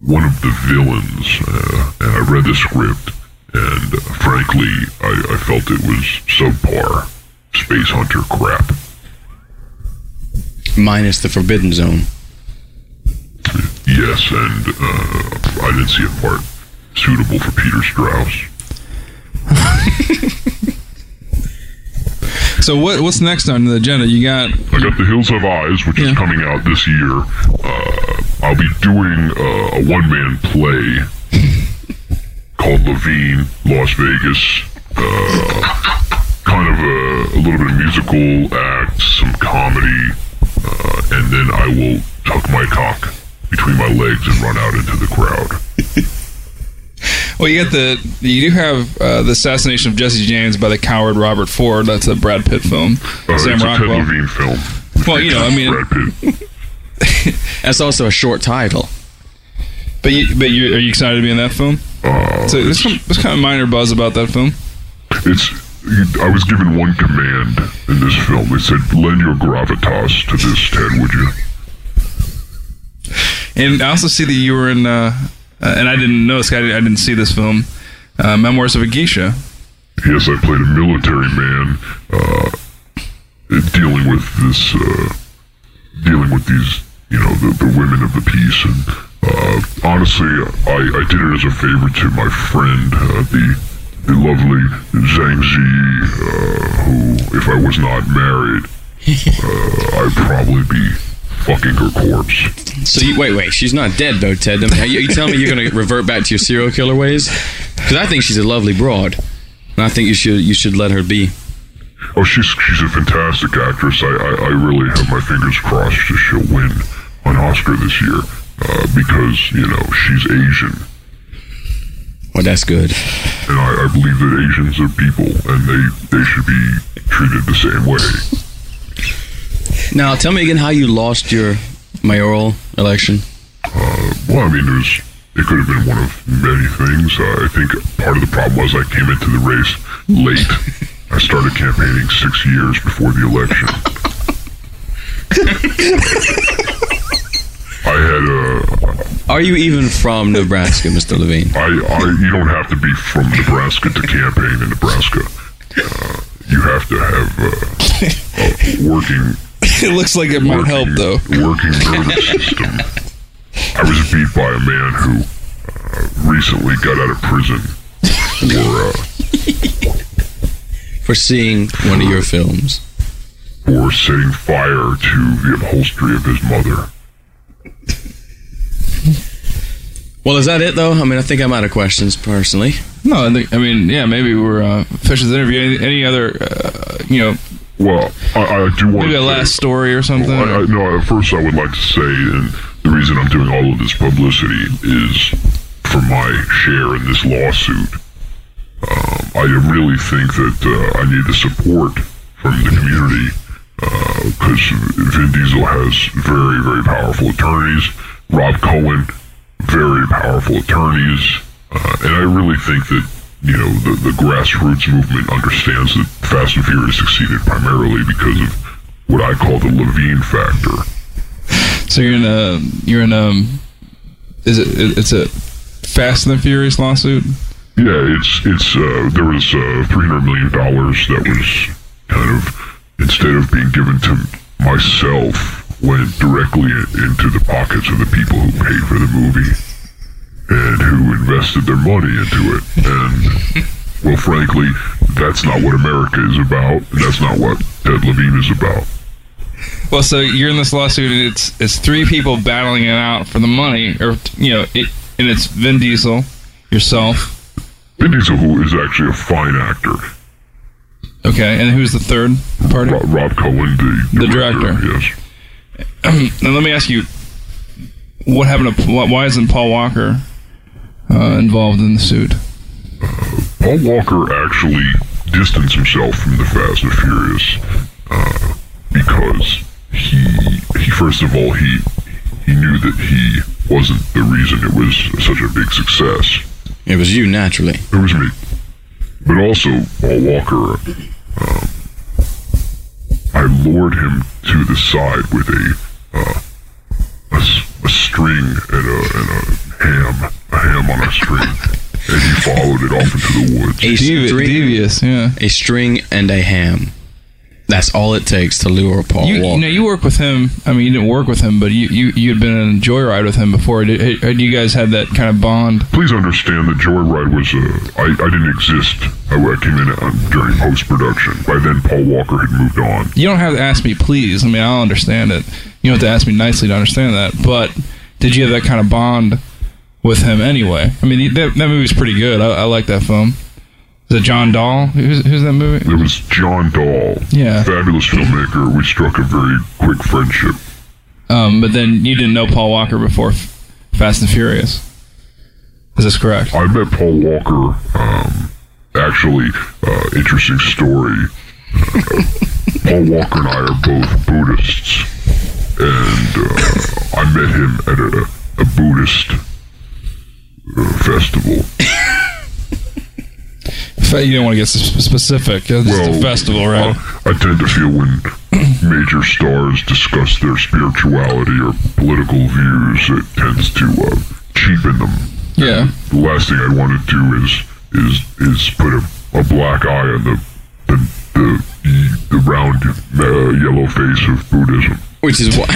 one of the villains, uh, and I read the script, and uh, frankly, I, I felt it was subpar space hunter crap. Minus the Forbidden Zone. Yes, and uh, I didn't see a part suitable for Peter Strauss. so what what's next on the agenda? You got I got The Hills Have Eyes, which is coming out this year. Uh, I'll be doing uh, a one man play called Levine, Las Vegas. Uh, kind of a, a little bit of musical act, some comedy, uh, and then I will tuck my cock between my legs and run out into the crowd. Well, you got the you do have uh, the assassination of Jesse James by the coward Robert Ford. That's a Brad Pitt film. Uh, Sam it's a Rockwell. Ted Levine film. Well, you know, I mean, That's also a short title. But you, but you, are you excited to be in that film? Uh, so there's, some, there's kind of minor buzz about that film. It's. I was given one command in this film. They said, "Lend your gravitas to this, Ted, would you?" And I also see that you were in, uh, uh, and I didn't know this guy. I didn't- I didn't see this film, uh, Memoirs of a Geisha. Yes, I played a military man uh, dealing with this, uh, dealing with these, you know, the, the women of the piece. And uh, honestly, I, I did it as a favor to my friend, uh, the the lovely Zhang Zi, uh, who, if I was not married, uh, I'd probably be fucking her corpse. So you, wait, wait. She's not dead though, Ted. I mean, are you, are you telling me you're going to revert back to your serial killer ways? Because I think she's a lovely broad, and I think you should you should let her be. Oh, she's she's a fantastic actress. I, I, I really have my fingers crossed that she'll win an Oscar this year uh, because you know she's Asian. Well, that's good. And I, I believe that Asians are people, and they they should be treated the same way. Now, tell me again how you lost your mayoral election. Uh, well, I mean, it was it could have been one of many things. Uh, I think part of the problem was I came into the race late. I started campaigning six years before the election. I had a. Are you e-, even from Nebraska, Mr. Levine? I, I, you don't have to be from Nebraska to campaign in Nebraska. Uh, you have to have uh, a working. it looks like it might help though. Working nervous system. I was beat by a man who uh, recently got out of prison for uh, For seeing one of your films. for setting fire to the upholstery of his mother. Well, is that it though? I mean, I think I'm out of questions personally. No, I, think, I mean, yeah, maybe we're uh, Fish's interview. Any, any other, uh, you know, Well, I, I do want maybe a last story or something. Well, I, I, no, at first I would like to say, and the reason I'm doing all of this publicity is for my share in this lawsuit. Um, I really think that uh, I need the support from the community because Vin Diesel has very, very powerful attorneys. Rob Cohen, very powerful attorneys, uh, and I really think that you know the, the grassroots movement understands that Fast and Furious succeeded primarily because of what I call the Levine factor. So you're in a, you're in um, is it? it- It's a Fast and the Furious lawsuit. Yeah, it's it's uh, there was uh, three hundred million dollars that was kind of instead of being given to myself went directly into the pockets of the people who paid for the movie and who invested their money into it. And well, frankly, that's not what America is about. and That's not what Ted Levine is about. Well, so you're in this lawsuit, and it's it's three people battling it out for the money, or you know, it, and it's Vin Diesel, yourself. Vin Diesel, who is actually a fine actor. Okay, and who's the third party? Rob, Cohen, the the director. Yes. now let me ask you, what happened to why why isn't Paul Walker uh, involved in the suit? Paul Walker actually distanced himself from the Fast and Furious uh, because he he first of all he he knew that he wasn't the reason it was such a big success. It was you, naturally. It was me, but also Paul Walker. Um, I lured him to the side with a uh, a, s- a string and a, and a ham, a ham on a string, and he followed it off into the woods. A string, devious, yeah. A string and a ham. That's all it takes to lure Paul You, you Walker. know, you work with him. I mean, you didn't work with him, but you you you had been in a joyride with him before. Did, had you guys had that kind of bond? Please understand that Joyride was uh, I, I didn't exist. I, I came in um, during post production. By then, Paul Walker had moved on. You don't have to ask me, please. I mean, I'll understand it. You don't have to ask me nicely to understand that. But did you have that kind of bond with him anyway. I mean, that, that movie's pretty good. I, I like that film. Is it John Dahl? Who's, who's that movie? It was John Dahl. Yeah. Fabulous filmmaker. We struck a very quick friendship. Um, but then you didn't know Paul Walker before F- Fast and Furious. Is this correct? I met Paul Walker. Um, actually, uh, interesting story. Uh, Paul Walker and I are both Buddhists, and uh, I met him at a, a Buddhist uh, festival. Fe- You don't want to get s- specific. It's just a festival, right? I tend to feel when major stars discuss their spirituality or political views, it tends to uh, cheapen them. Yeah. The last thing I'd want to do is is is put a, a black eye on the the the, the round uh, yellow face of Buddhism. Which is why.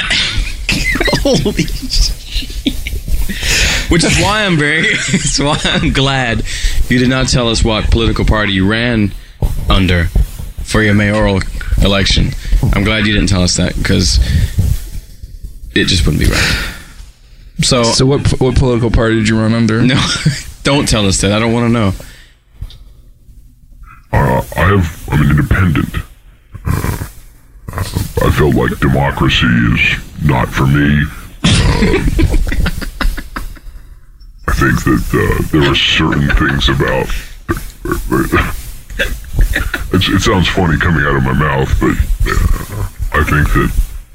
Holy Which is why I'm very. It's why I'm glad you did not tell us what political party you ran under for your mayoral election. I'm glad you didn't tell us that because it just wouldn't be right. So, so what what political party did you run under? No, don't tell us that. I don't want to know. Uh, I have I'm an independent. Uh, I felt like democracy is not for me. Um, I think that uh, there are certain things about. It's, it sounds funny coming out of my mouth, but uh, I think that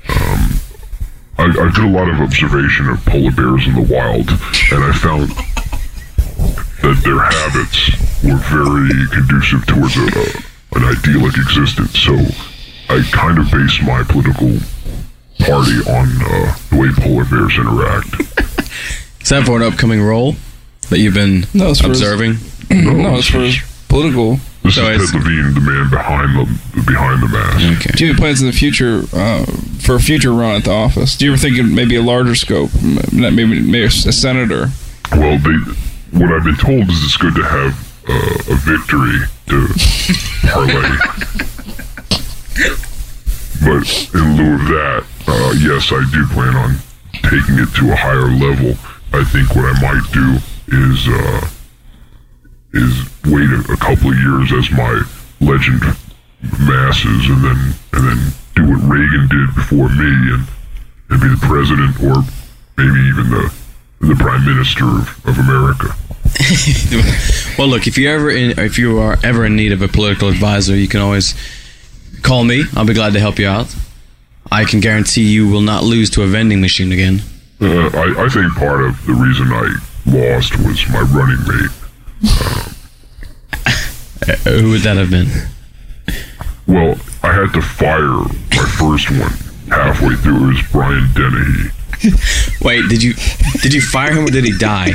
um, I, I did a lot of observation of polar bears in the wild, and I found that their habits were very conducive towards a, an idyllic existence. So I kind of based my political party on uh, the way polar bears interact. Is that for an upcoming role that you've been No, it's for his- observing? No, No, it's for his political. This is Ted Levine, the man behind the behind the mask. Do you have plans in the future uh, for a future run at the office? Do you ever think of maybe a larger scope, M- not maybe, maybe a senator? Well, they, what I've been told is it's good to have uh, a victory to parlay. but in lieu of that, uh, yes, I do plan on taking it to a higher level. I think what I might do is uh, is wait a, a couple of years as my legend masses, and then and then do what Reagan did before me, and and be the president, or maybe even the the prime minister of, of America. well, look, if you ever in, if you are ever in need of a political advisor, you can always call me. I'll be glad to help you out. I can guarantee you will not lose to a vending machine again. Uh, I, I think part of the reason I lost was my running mate. Uh, who would that have been? Well, I had to fire my first one halfway through. It was Brian Dennehy. Wait, did you did you fire him or did he die?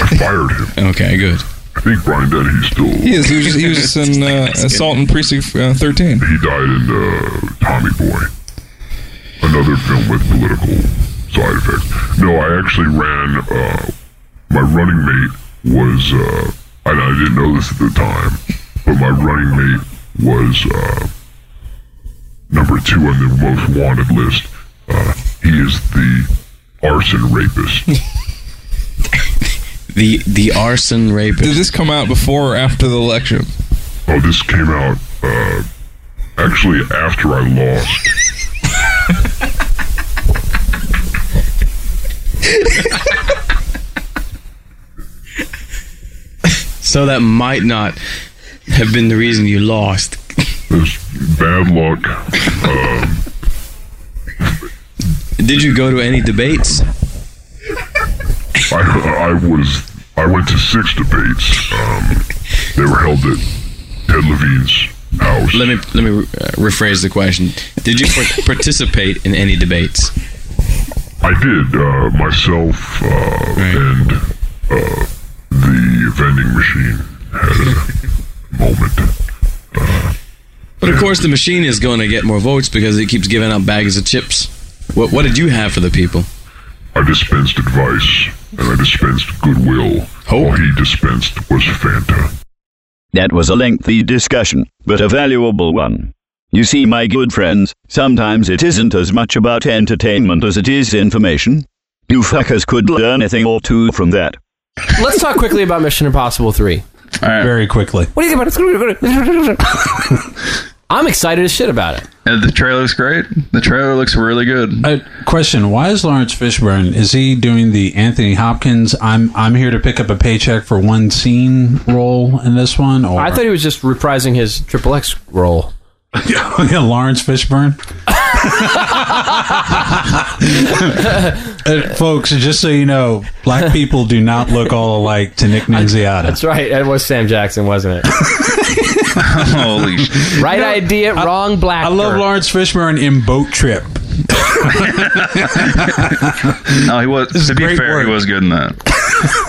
I fired him. Okay, good. I think Brian Dennehy's still. He is. He was, he was just in uh, assault in precinct uh, thirteen. He died in uh, Tommy Boy, another film with political side effects. No, I actually ran. Uh, my running mate was, uh, I, I didn't know this at the time, but my running mate was uh, number two on the most wanted list. Uh, he is the arson rapist. The the arson rapist. Did this come out before or after the election? Oh, this came out uh, actually after I lost. So that might not have been the reason you lost. Bad luck. Um, did you go to any debates? I, I was I went to six debates. Um, they were held at Ted Levine's house. Let me let me re- uh, rephrase the question. Did you par- participate in any debates? I did uh, myself uh, and uh, the vending machine had a moment. But of course, the machine is going to get more votes because it keeps giving out bags of chips. What what did you have for the people? I dispensed advice and I dispensed goodwill. All he dispensed was Fanta. That was a lengthy discussion, but a valuable one. You see, my good friends, sometimes it isn't as much about entertainment as it is information. You fuckers could learn a thing or two from that. Let's talk quickly about Mission Impossible 3. Very quickly. What do you think about it? I'm excited as shit about it. And the trailer's great. The trailer looks really good. Uh, question: Why is Lawrence Fishburne? Is he doing the Anthony Hopkins? I'm I'm here to pick up a paycheck for one scene role in this one. Or I thought he was just reprising his Triple X role. yeah, Lawrence Fishburne. Uh, folks, just so you know, black people do not look all alike to Nick Nunziata. That's right. It was Sam Jackson, wasn't it? Holy shit. Right idea, wrong black. I love Lawrence Fishburne in Boat Trip. no, he was. to be fair, he was good in that.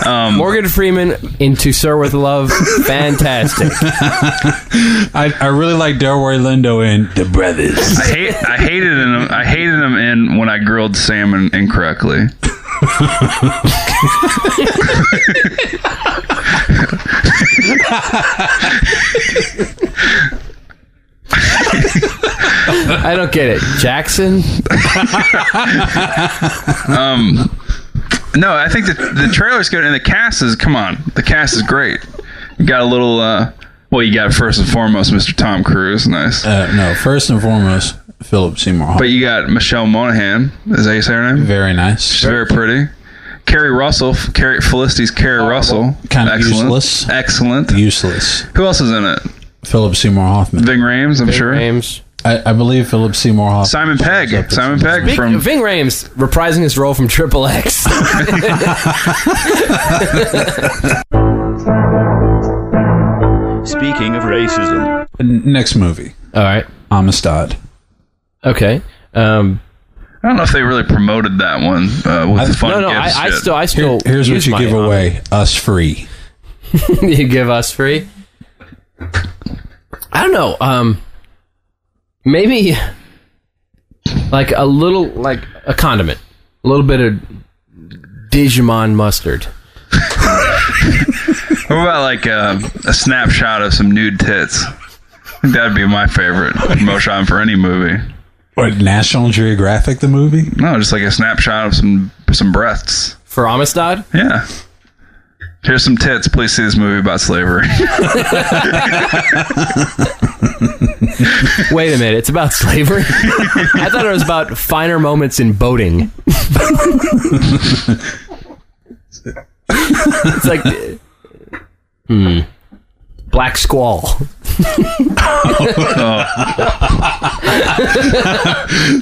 Um, Morgan Freeman into Sir with Love. Fantastic. I, I really like Delroy Lindo in The Brothers. I hate. I hated him. I hated him in when I grilled salmon incorrectly. I don't get it. Jackson? um, no, I think the the trailer's good and the cast is come on. The cast is great. You got a little uh well you got first and foremost Mr. Tom Cruise, nice. Uh, no, first and foremost, Philip Seymour Hoffman. But you got Michelle Monaghan, is that you say her name? Very nice. She's very pretty. Carrie Russell, F- Carrie Felicity's Carrie Russell. Oh, kind of Excellent. useless. Excellent. Useless. Who else is in it? Philip Seymour Hoffman. Ving Rhames, I'm sure. I, I believe Philip Seymour Hoffman. Simon Pegg. Simon Pegg Big, from Ving Rhames reprising his role from Triple X. Speaking of racism, N- Next movie. All right. Amistad. Okay. Um, I don't know if they really promoted that one uh, with the fun. gives shit. Here- here's what you give away: us free. you give us free. I don't know. Um, maybe like a little, like a condiment, a little bit of Digimon mustard. What about like a, a snapshot of some nude tits? That'd be my favorite motion for any movie. What National Geographic the movie? No, just like a snapshot of some some breasts for Amistad. Yeah. Here's some tits. Please see this movie about slavery. Wait a minute, it's about slavery. I thought it was about finer moments in boating. it's like uh, Hmm. black squall.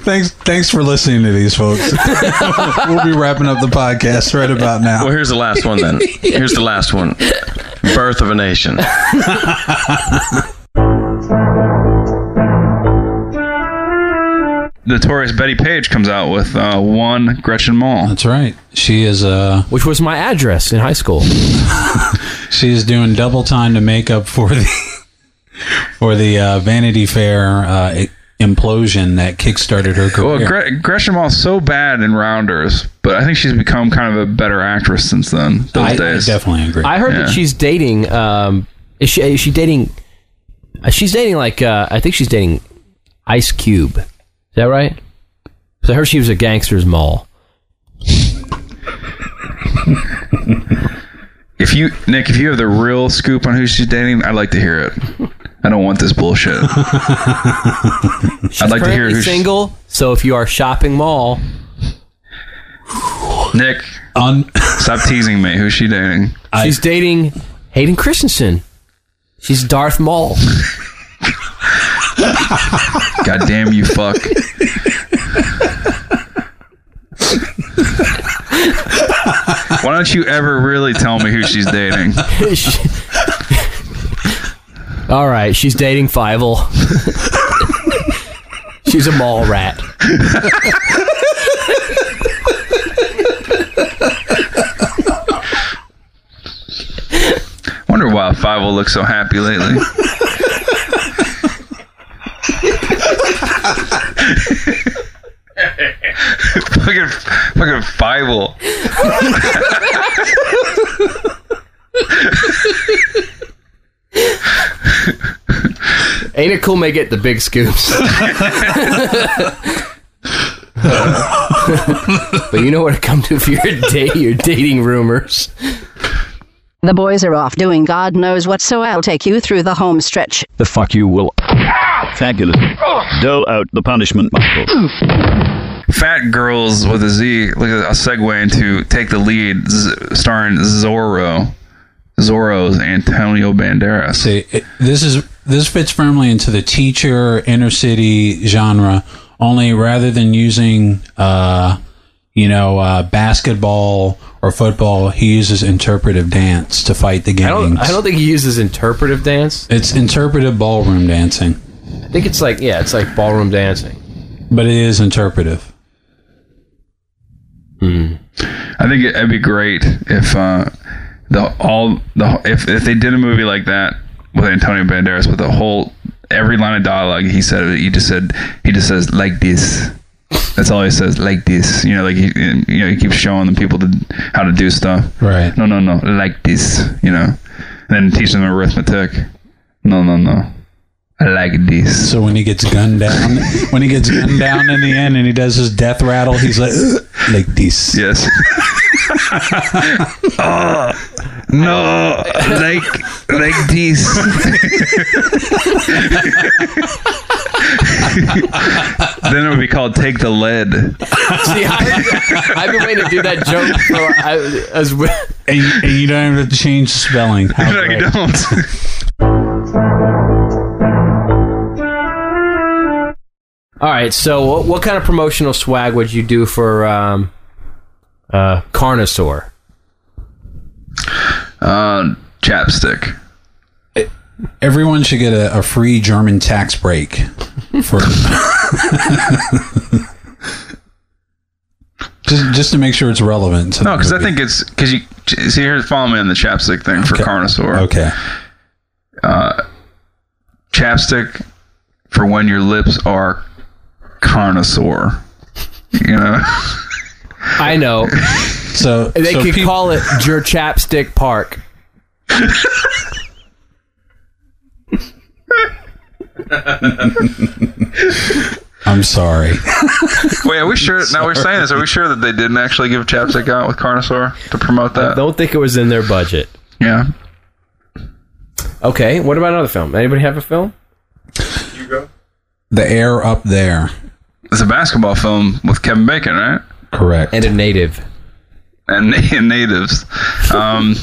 thanks, thanks for listening to these folks. we'll be wrapping up the podcast right about now. Well, here's the last one then. Here's the last one. Birth of a Nation. Notorious Betty Page comes out with uh, one Gretchen Mol. That's right. She is uh which was my address in high school. she is doing double time to make up for the for the uh, Vanity Fair uh, implosion that kickstarted her Well, career. Gre- Gretchen Moll's so bad in Rounders, but I think she's become kind of a better actress since then. Those I- I days, definitely agree. I heard that she's dating. Um, is she? Is she dating? uh, She's dating like uh, I think she's dating Ice Cube. Is that right? 'Cause I heard she was a gangster's mall. If you, Nick, if you have the real scoop on who she's dating, I'd like to hear it. I don't want this bullshit. I'd like to hear Currently who she- single. so if you are shopping mall, Nick, on stop teasing me. Who's she dating? she's dating Hayden Christensen. She's Darth Maul. God damn you, fuck. Why don't you ever really tell me who she's dating? All right, she's dating Fievel. she's a mall rat. Wonder why Fivel looks so happy lately. fucking, fucking Fivel. Ain't it cool? May get the big scoops. but you know where to come to for your date, your dating rumors. The boys are off doing God knows what, so I'll take you through the home stretch. The fuck you will. Fabulous. Dole out the punishment, Michael. Fat Girls with a Z. Look at a segue into Take the Lead, z- starring Zorro. Zorro's Antonio Banderas. See, it, this is this fits firmly into the teacher inner city genre. Only rather than using, uh, you know, uh, basketball or football, he uses interpretive dance to fight the gangs. I don't, I don't think he uses interpretive dance. it's interpretive ballroom dancing, I think it's like, yeah, it's like ballroom dancing. but it is interpretive. I think it'd be great if uh, the all the if if they did a movie like that with Antonio Banderas with the whole every line of dialogue he said he just said he just says like this. That's all he says, like this. You know, like he, you know, he keeps showing the people to, how to do stuff. Right. No, no, no, like this. You know, and then teaching them arithmetic. No, no, no, like this. So when he gets gunned down, when he gets gunned down in the end, and he does his death rattle, he's like, like this. Yes. oh, no, like like this. then it would be called "Take the Lead." See, I, I've been waiting to do that joke for I, as well. And, and you don't have to change the spelling. How No, you great. don't. All right, so what, what kind of promotional swag would you do for um, uh, Carnosaur? Uh, chapstick. Everyone should get a, a free German tax break for just just to make sure it's relevant. To No, the because I movie. think it's because you see here. Follow me on the chapstick thing for Carnosaur. Okay. Uh, chapstick for when your lips are Carnosaur. You know. I know. So They so could peop- call it Your Chapstick Park. I'm sorry. Wait, are we sure? Now we're saying this. Are we sure that they didn't actually give chapstick out with Carnosaur to promote that? don't think it was in their budget. Yeah. Okay, what about another film? Anybody have a film? The air up there. It's a basketball film with Kevin Bacon, right? Correct. And a native. And, and natives. Um,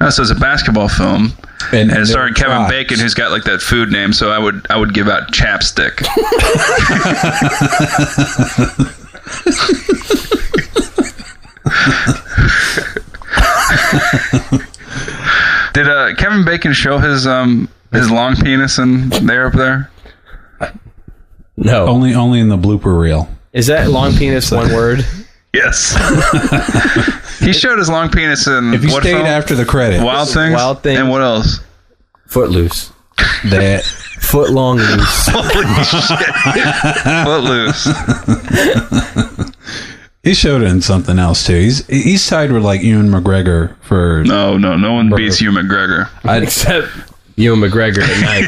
oh, so it's a basketball film, and, it there starring were Kevin props. Bacon, who's got like that food name. So I would I would give out chapstick. Did uh, Kevin Bacon show his um his long penis in there up there? No. Only only in the blooper reel. Is that long penis one word? Yes. he showed his long penis in If you what stayed film? after the credits. Wild Things. Wild Things. And what else? Footloose. That Foot long loose. Holy shit. Footloose. He showed it in something else too. He's he's tied with like Ewan McGregor for No, no, no one beats Hugh McGregor. Except Ewan McGregor at night.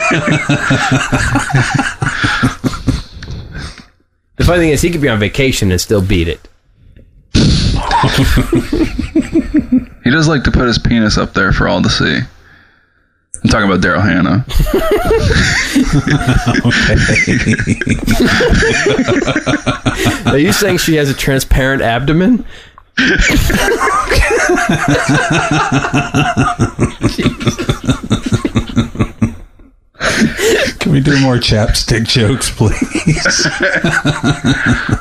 the funny thing is, he could be on vacation and still beat it. He does like to put his penis up there for all to see. I'm talking about Daryl Hannah. Are you saying she has a transparent abdomen? Can we do more chapstick jokes, please?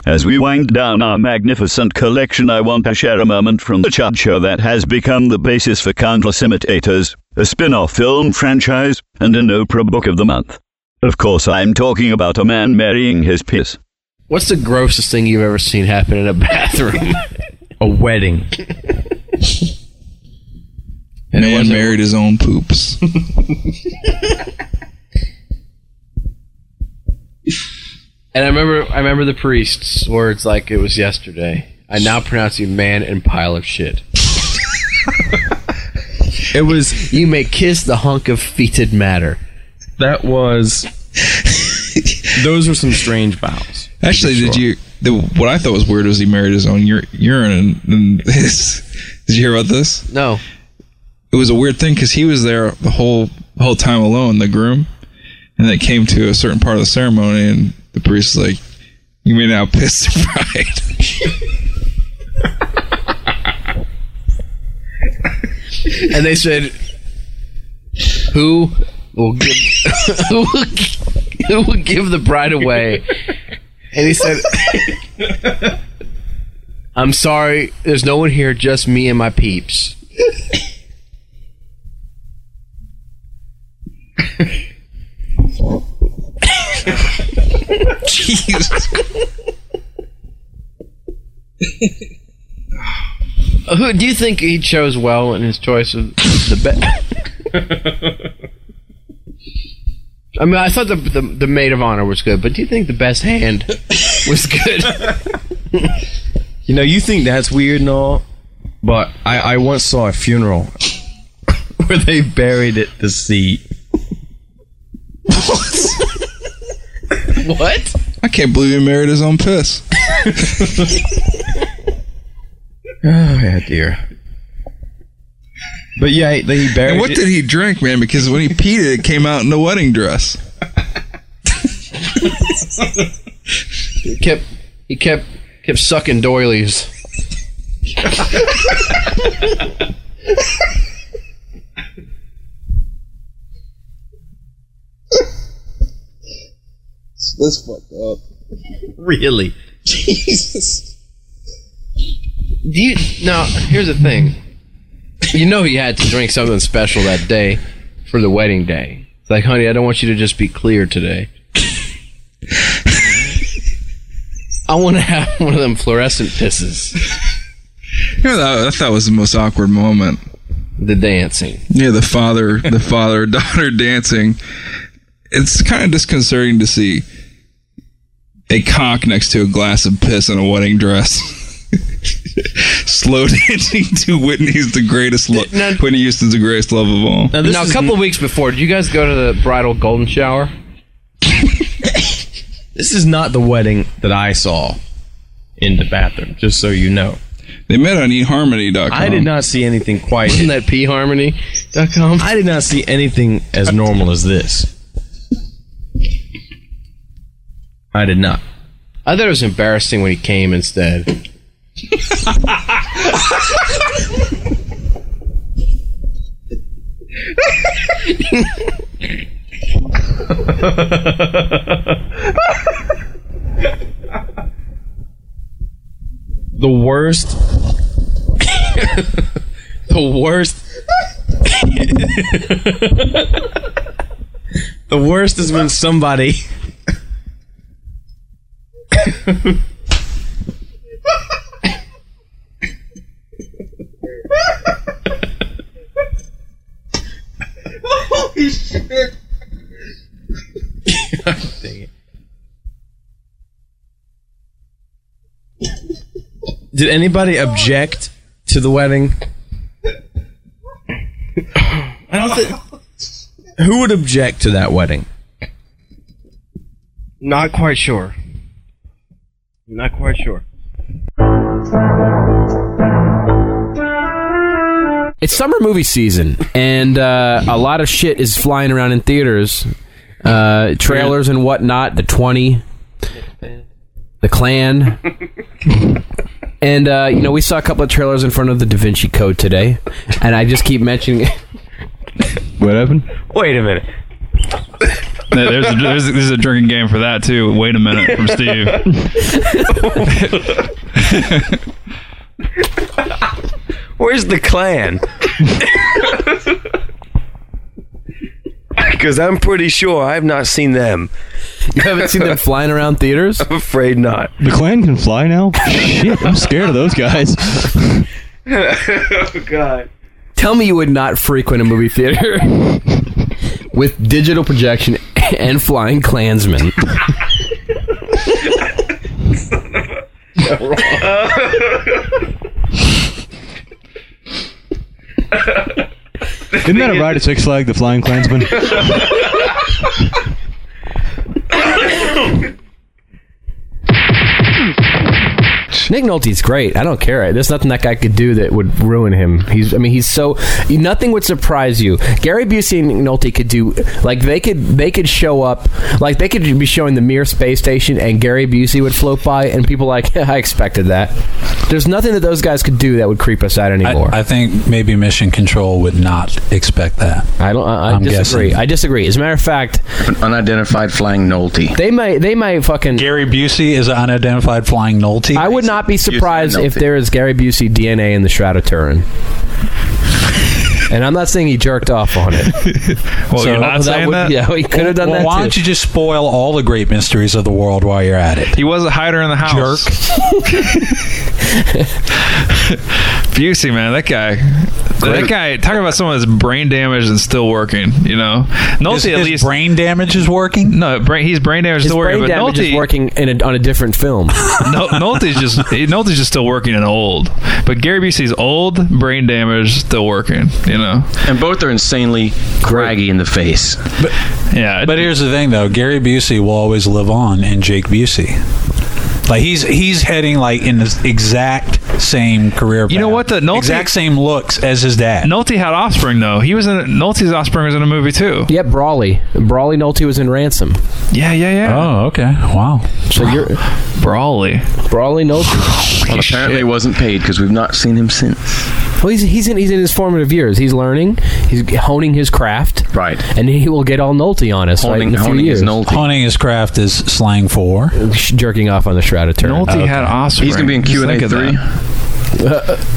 As we wind down our magnificent collection, I want to share a moment from the Chud Show that has become the basis for countless imitators, a spin off film franchise, and an Oprah book of the month. Of course, I'm talking about a man marrying his piss. What's the grossest thing you've ever seen happen in a bathroom? a wedding. And Man married his own poops. And I remember, I remember the priest's words like it was yesterday. I now pronounce you man and pile of shit. it was. You may kiss the hunk of fetid matter. That was. those were some strange vows. Actually, did you the, what I thought was weird was he married his own ur- urine. And, and his, did you hear about this? No. It was a weird thing because he was there the whole whole time alone, the groom, and they came to a certain part of the ceremony, and the priest was like, "You may now piss the bride." and they said, "Who will give who, will, gi- who will give the bride away?" And he said, "I'm sorry, there's no one here, just me and my peeps." Jesus. Who do you think he chose well in his choice of the best? I mean, I thought the, the the maid of honor was good, but do you think the best hand was good? You know, you think that's weird and all, but I, I once saw a funeral where they buried it the seat. what? I can't believe he married his own piss. Oh yeah, dear. But yeah, they buried. And what it- did he drink, man? Because when he peed it, it came out in a wedding dress. He kept he kept kept sucking doilies. That's fucked up. Really? Jesus. Do you now? Here's the thing. You know he had to drink something special that day for the wedding day. It's like, honey, I don't want you to just be clear today. I want to have one of them fluorescent pisses. You know, that, I thought was the most awkward moment. The dancing. Yeah, the father, the father daughter dancing. It's kind of disconcerting to see a cock next to a glass of piss in a wedding dress. Slow dancing to Whitney's the greatest love. Whitney Houston's the greatest love of all. Now, a couple of weeks before, did you guys go to the bridal golden shower? This is not the wedding that I saw in the bathroom. Just so you know, they met on eHarmony.com. I did not see anything quite. Isn't that pharmony.com? I did not see anything as normal as this. I did not. I thought it was embarrassing when he came instead. The worst. the worst. the worst is when somebody. Holy shit. Did anybody object to the wedding? I don't think. Who would object to that wedding? Not quite sure. Not quite sure. It's summer movie season, and uh, a lot of shit is flying around in theaters, uh, trailers and whatnot. The twenty, the Clan, and uh, you know we saw a couple of trailers in front of the Da Vinci Code today, and I just keep mentioning. What happened? Wait a minute. there's, a, there's, a, there's a drinking game for that too. Wait a minute from Steve. Where's the clan? Because I'm pretty sure I've not seen them. You haven't seen them flying around theaters? I'm afraid not. The clan can fly now? Shit, I'm scared of those guys. oh God! Tell me you would not frequent a movie theater with digital projection and flying Klansmen. Isn't that a ride at Six Flag, the Flying Klansman? Nick Nolte's great. I don't care. There's nothing that guy could do that would ruin him. He's. I mean, he's so. Nothing would surprise you. Gary Busey and Nick Nolte could do like they could. They could show up. Like they could be showing the Mir space station, and Gary Busey would float by, and people like I expected that. There's nothing that those guys could do that would creep us out anymore. I think maybe Mission Control would not expect that. I don't. I, I I'm disagree. guessing. I disagree. As a matter of fact, An unidentified flying Nolte. They might. They might fucking. Gary Busey is an unidentified flying Nolte. I would not be surprised if Nolte. there is Gary Busey DNA in the Shroud of Turin. and I'm not saying he jerked off on it. Well, So you're not that saying would- that. Yeah, he could have done well, that. Why too. don't you just spoil all the great mysteries of the world while you're at it? He was a hider in the house. Jerk. Busey, man, that guy. That Great. guy. Talk about someone that's brain damaged and still working. You know, Nolte His- at his least brain damage is working. No, brain, he's brain damaged. His still brain working, but damage Nolte is working in a, on a different film. no, Nolte's just Nolte's just still working and old, but Gary Busey's old, brain damaged, still working. You know, and both are insanely craggy in the face. But, yeah. But here's the thing, though: Gary Busey will always live on in Jake Busey. Like he's he's heading like in the exact same career. Path. You know what? The Nolte- exact same looks as his dad. Nolte had offspring though. He was in Nolte's offspring was in a movie too. Yeah, Brawley. Brawley Nolte was in Ransom. Yeah, yeah, yeah. Oh, okay. Wow. So you're Brawley. Brawley Nolte. Well, apparently, he wasn't paid because we've not seen him since. Well, he's, he's in he's in his formative years. He's learning. He's honing his craft. Right. And he will get all Nolte on us. right, in a few years. Honing his craft is slang for jerking off on the shroud of Turin. Nolte had offspring. He's gonna be in Just Q&A think of three.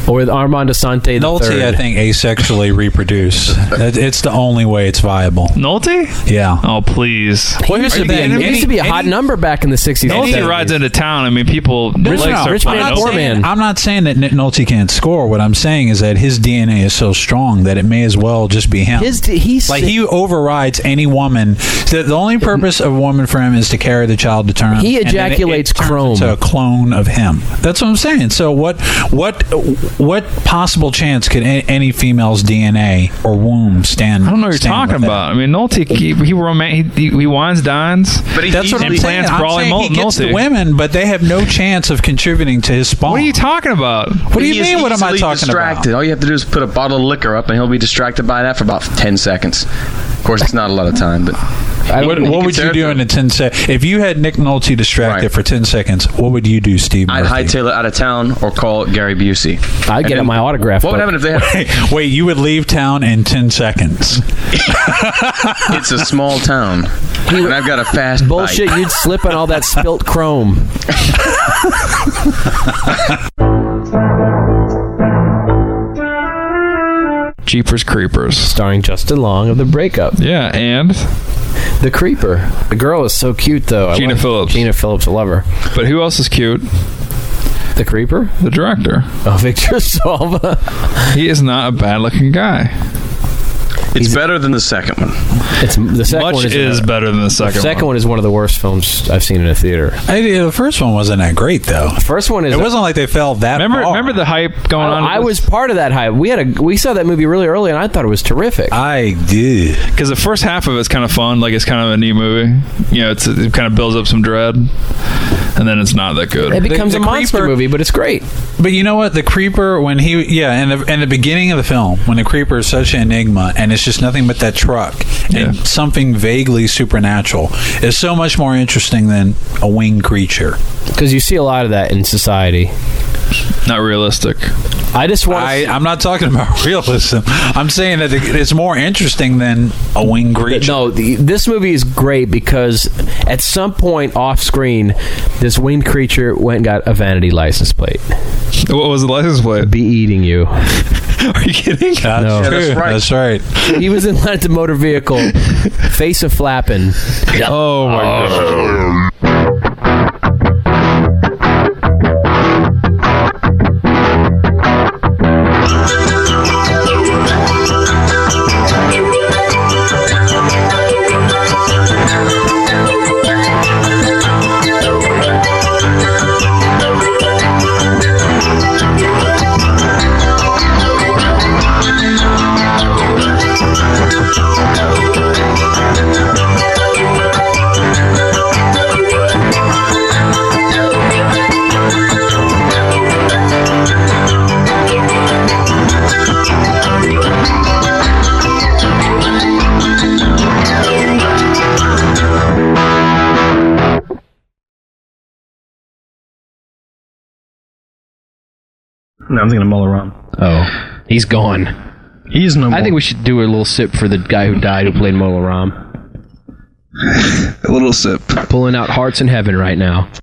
or with Armand Asante. Nolte, III. I think, asexually reproduce. That- It's the only way it's viable. Nolte? Yeah. Oh, please. Well, he used, to be, a- he used to be a hot number back in the 60s. and Nolte 70s. rides into town. I mean, people. No, legs no, no. start I'm, flying not open. saying, I'm not saying that Nick Nolte can't score. What I'm saying is that his DNA is so strong that it may as well just be him. His d- he's- like he overrides any woman. So the only purpose of a woman for him is to carry the child to term. He and then it- ejaculates it turns chrome. into a clone of him. That's what I'm saying. So what what what possible chance could a- any female's DNA or womb stand? I don't know What are you talking about? I mean, Nolte he he, roman- he, he wines, dines, But that's what I'm saying. and plants I'm Brawley saying Mol- he gets Nolte. the women, but they have no chance of contributing to his spawn. What are you talking about? What do you mean? What am I talking distracted. All you have to do is put a bottle of liquor up, and he'll be distracted by that for about ten seconds. Of course, it's not a lot of time, but about? What, what would you do in a ten sec? If you had Nick Nolte distracted for ten seconds, what would you do, Steve? I'd hightail it out of town or call Gary Busey. I'd And get then- my autograph. What would happen if they had? Wait, wait, you would leave town in ten seconds. it's a small town, and I've got a fast Bullshit, Bike. you'd slip on all that spilt chrome. Jeepers Creepers. Starring Justin Long of The Breakup. Yeah, and? The Creeper. The girl is so cute, though. I Gina love- Phillips. Gina Phillips, I love her. But who else is cute? The Creeper? The director. Oh, Victor Salva. he is not a bad looking guy. It's better than the second one. It's the second Much one is, uh, is better than the The second second one. is one of the worst films I've seen in a theater. I, the first one wasn't that great, though. The first one is. It wasn't like they fell that. Remember, far. remember the hype going on? I was part of that hype. We had a we saw that movie really early, and I thought it was terrific. I did. Because the first half of it's kind of fun. Like, it's kind of a neat movie. You know, it's, it kind of builds up some dread. And then it's not that good. It becomes a monster movie, but it's great. But you know what? The creeper when he yeah, in the in the beginning of the film when the creeper is such an enigma and it's just nothing but that truck and something vaguely supernatural is so much more interesting than a winged creature. Because you see a lot of that in society. Not realistic. I just want. I, I'm not talking about realism. I'm saying that it's more interesting than a winged creature. No, the, this movie is great because at some point off screen, this winged creature went and got a vanity license plate. What was the license plate? Be eating you. Are you kidding? No. Yeah, that's right. That's right. he was in the motor vehicle, face of flapping. Oh my god. Thank you. No, I'm thinking of Molaram. Oh, he's gone. He's no. I think we should do a little sip for the guy who died who played Molaram. a little sip. Pulling out hearts in heaven right now.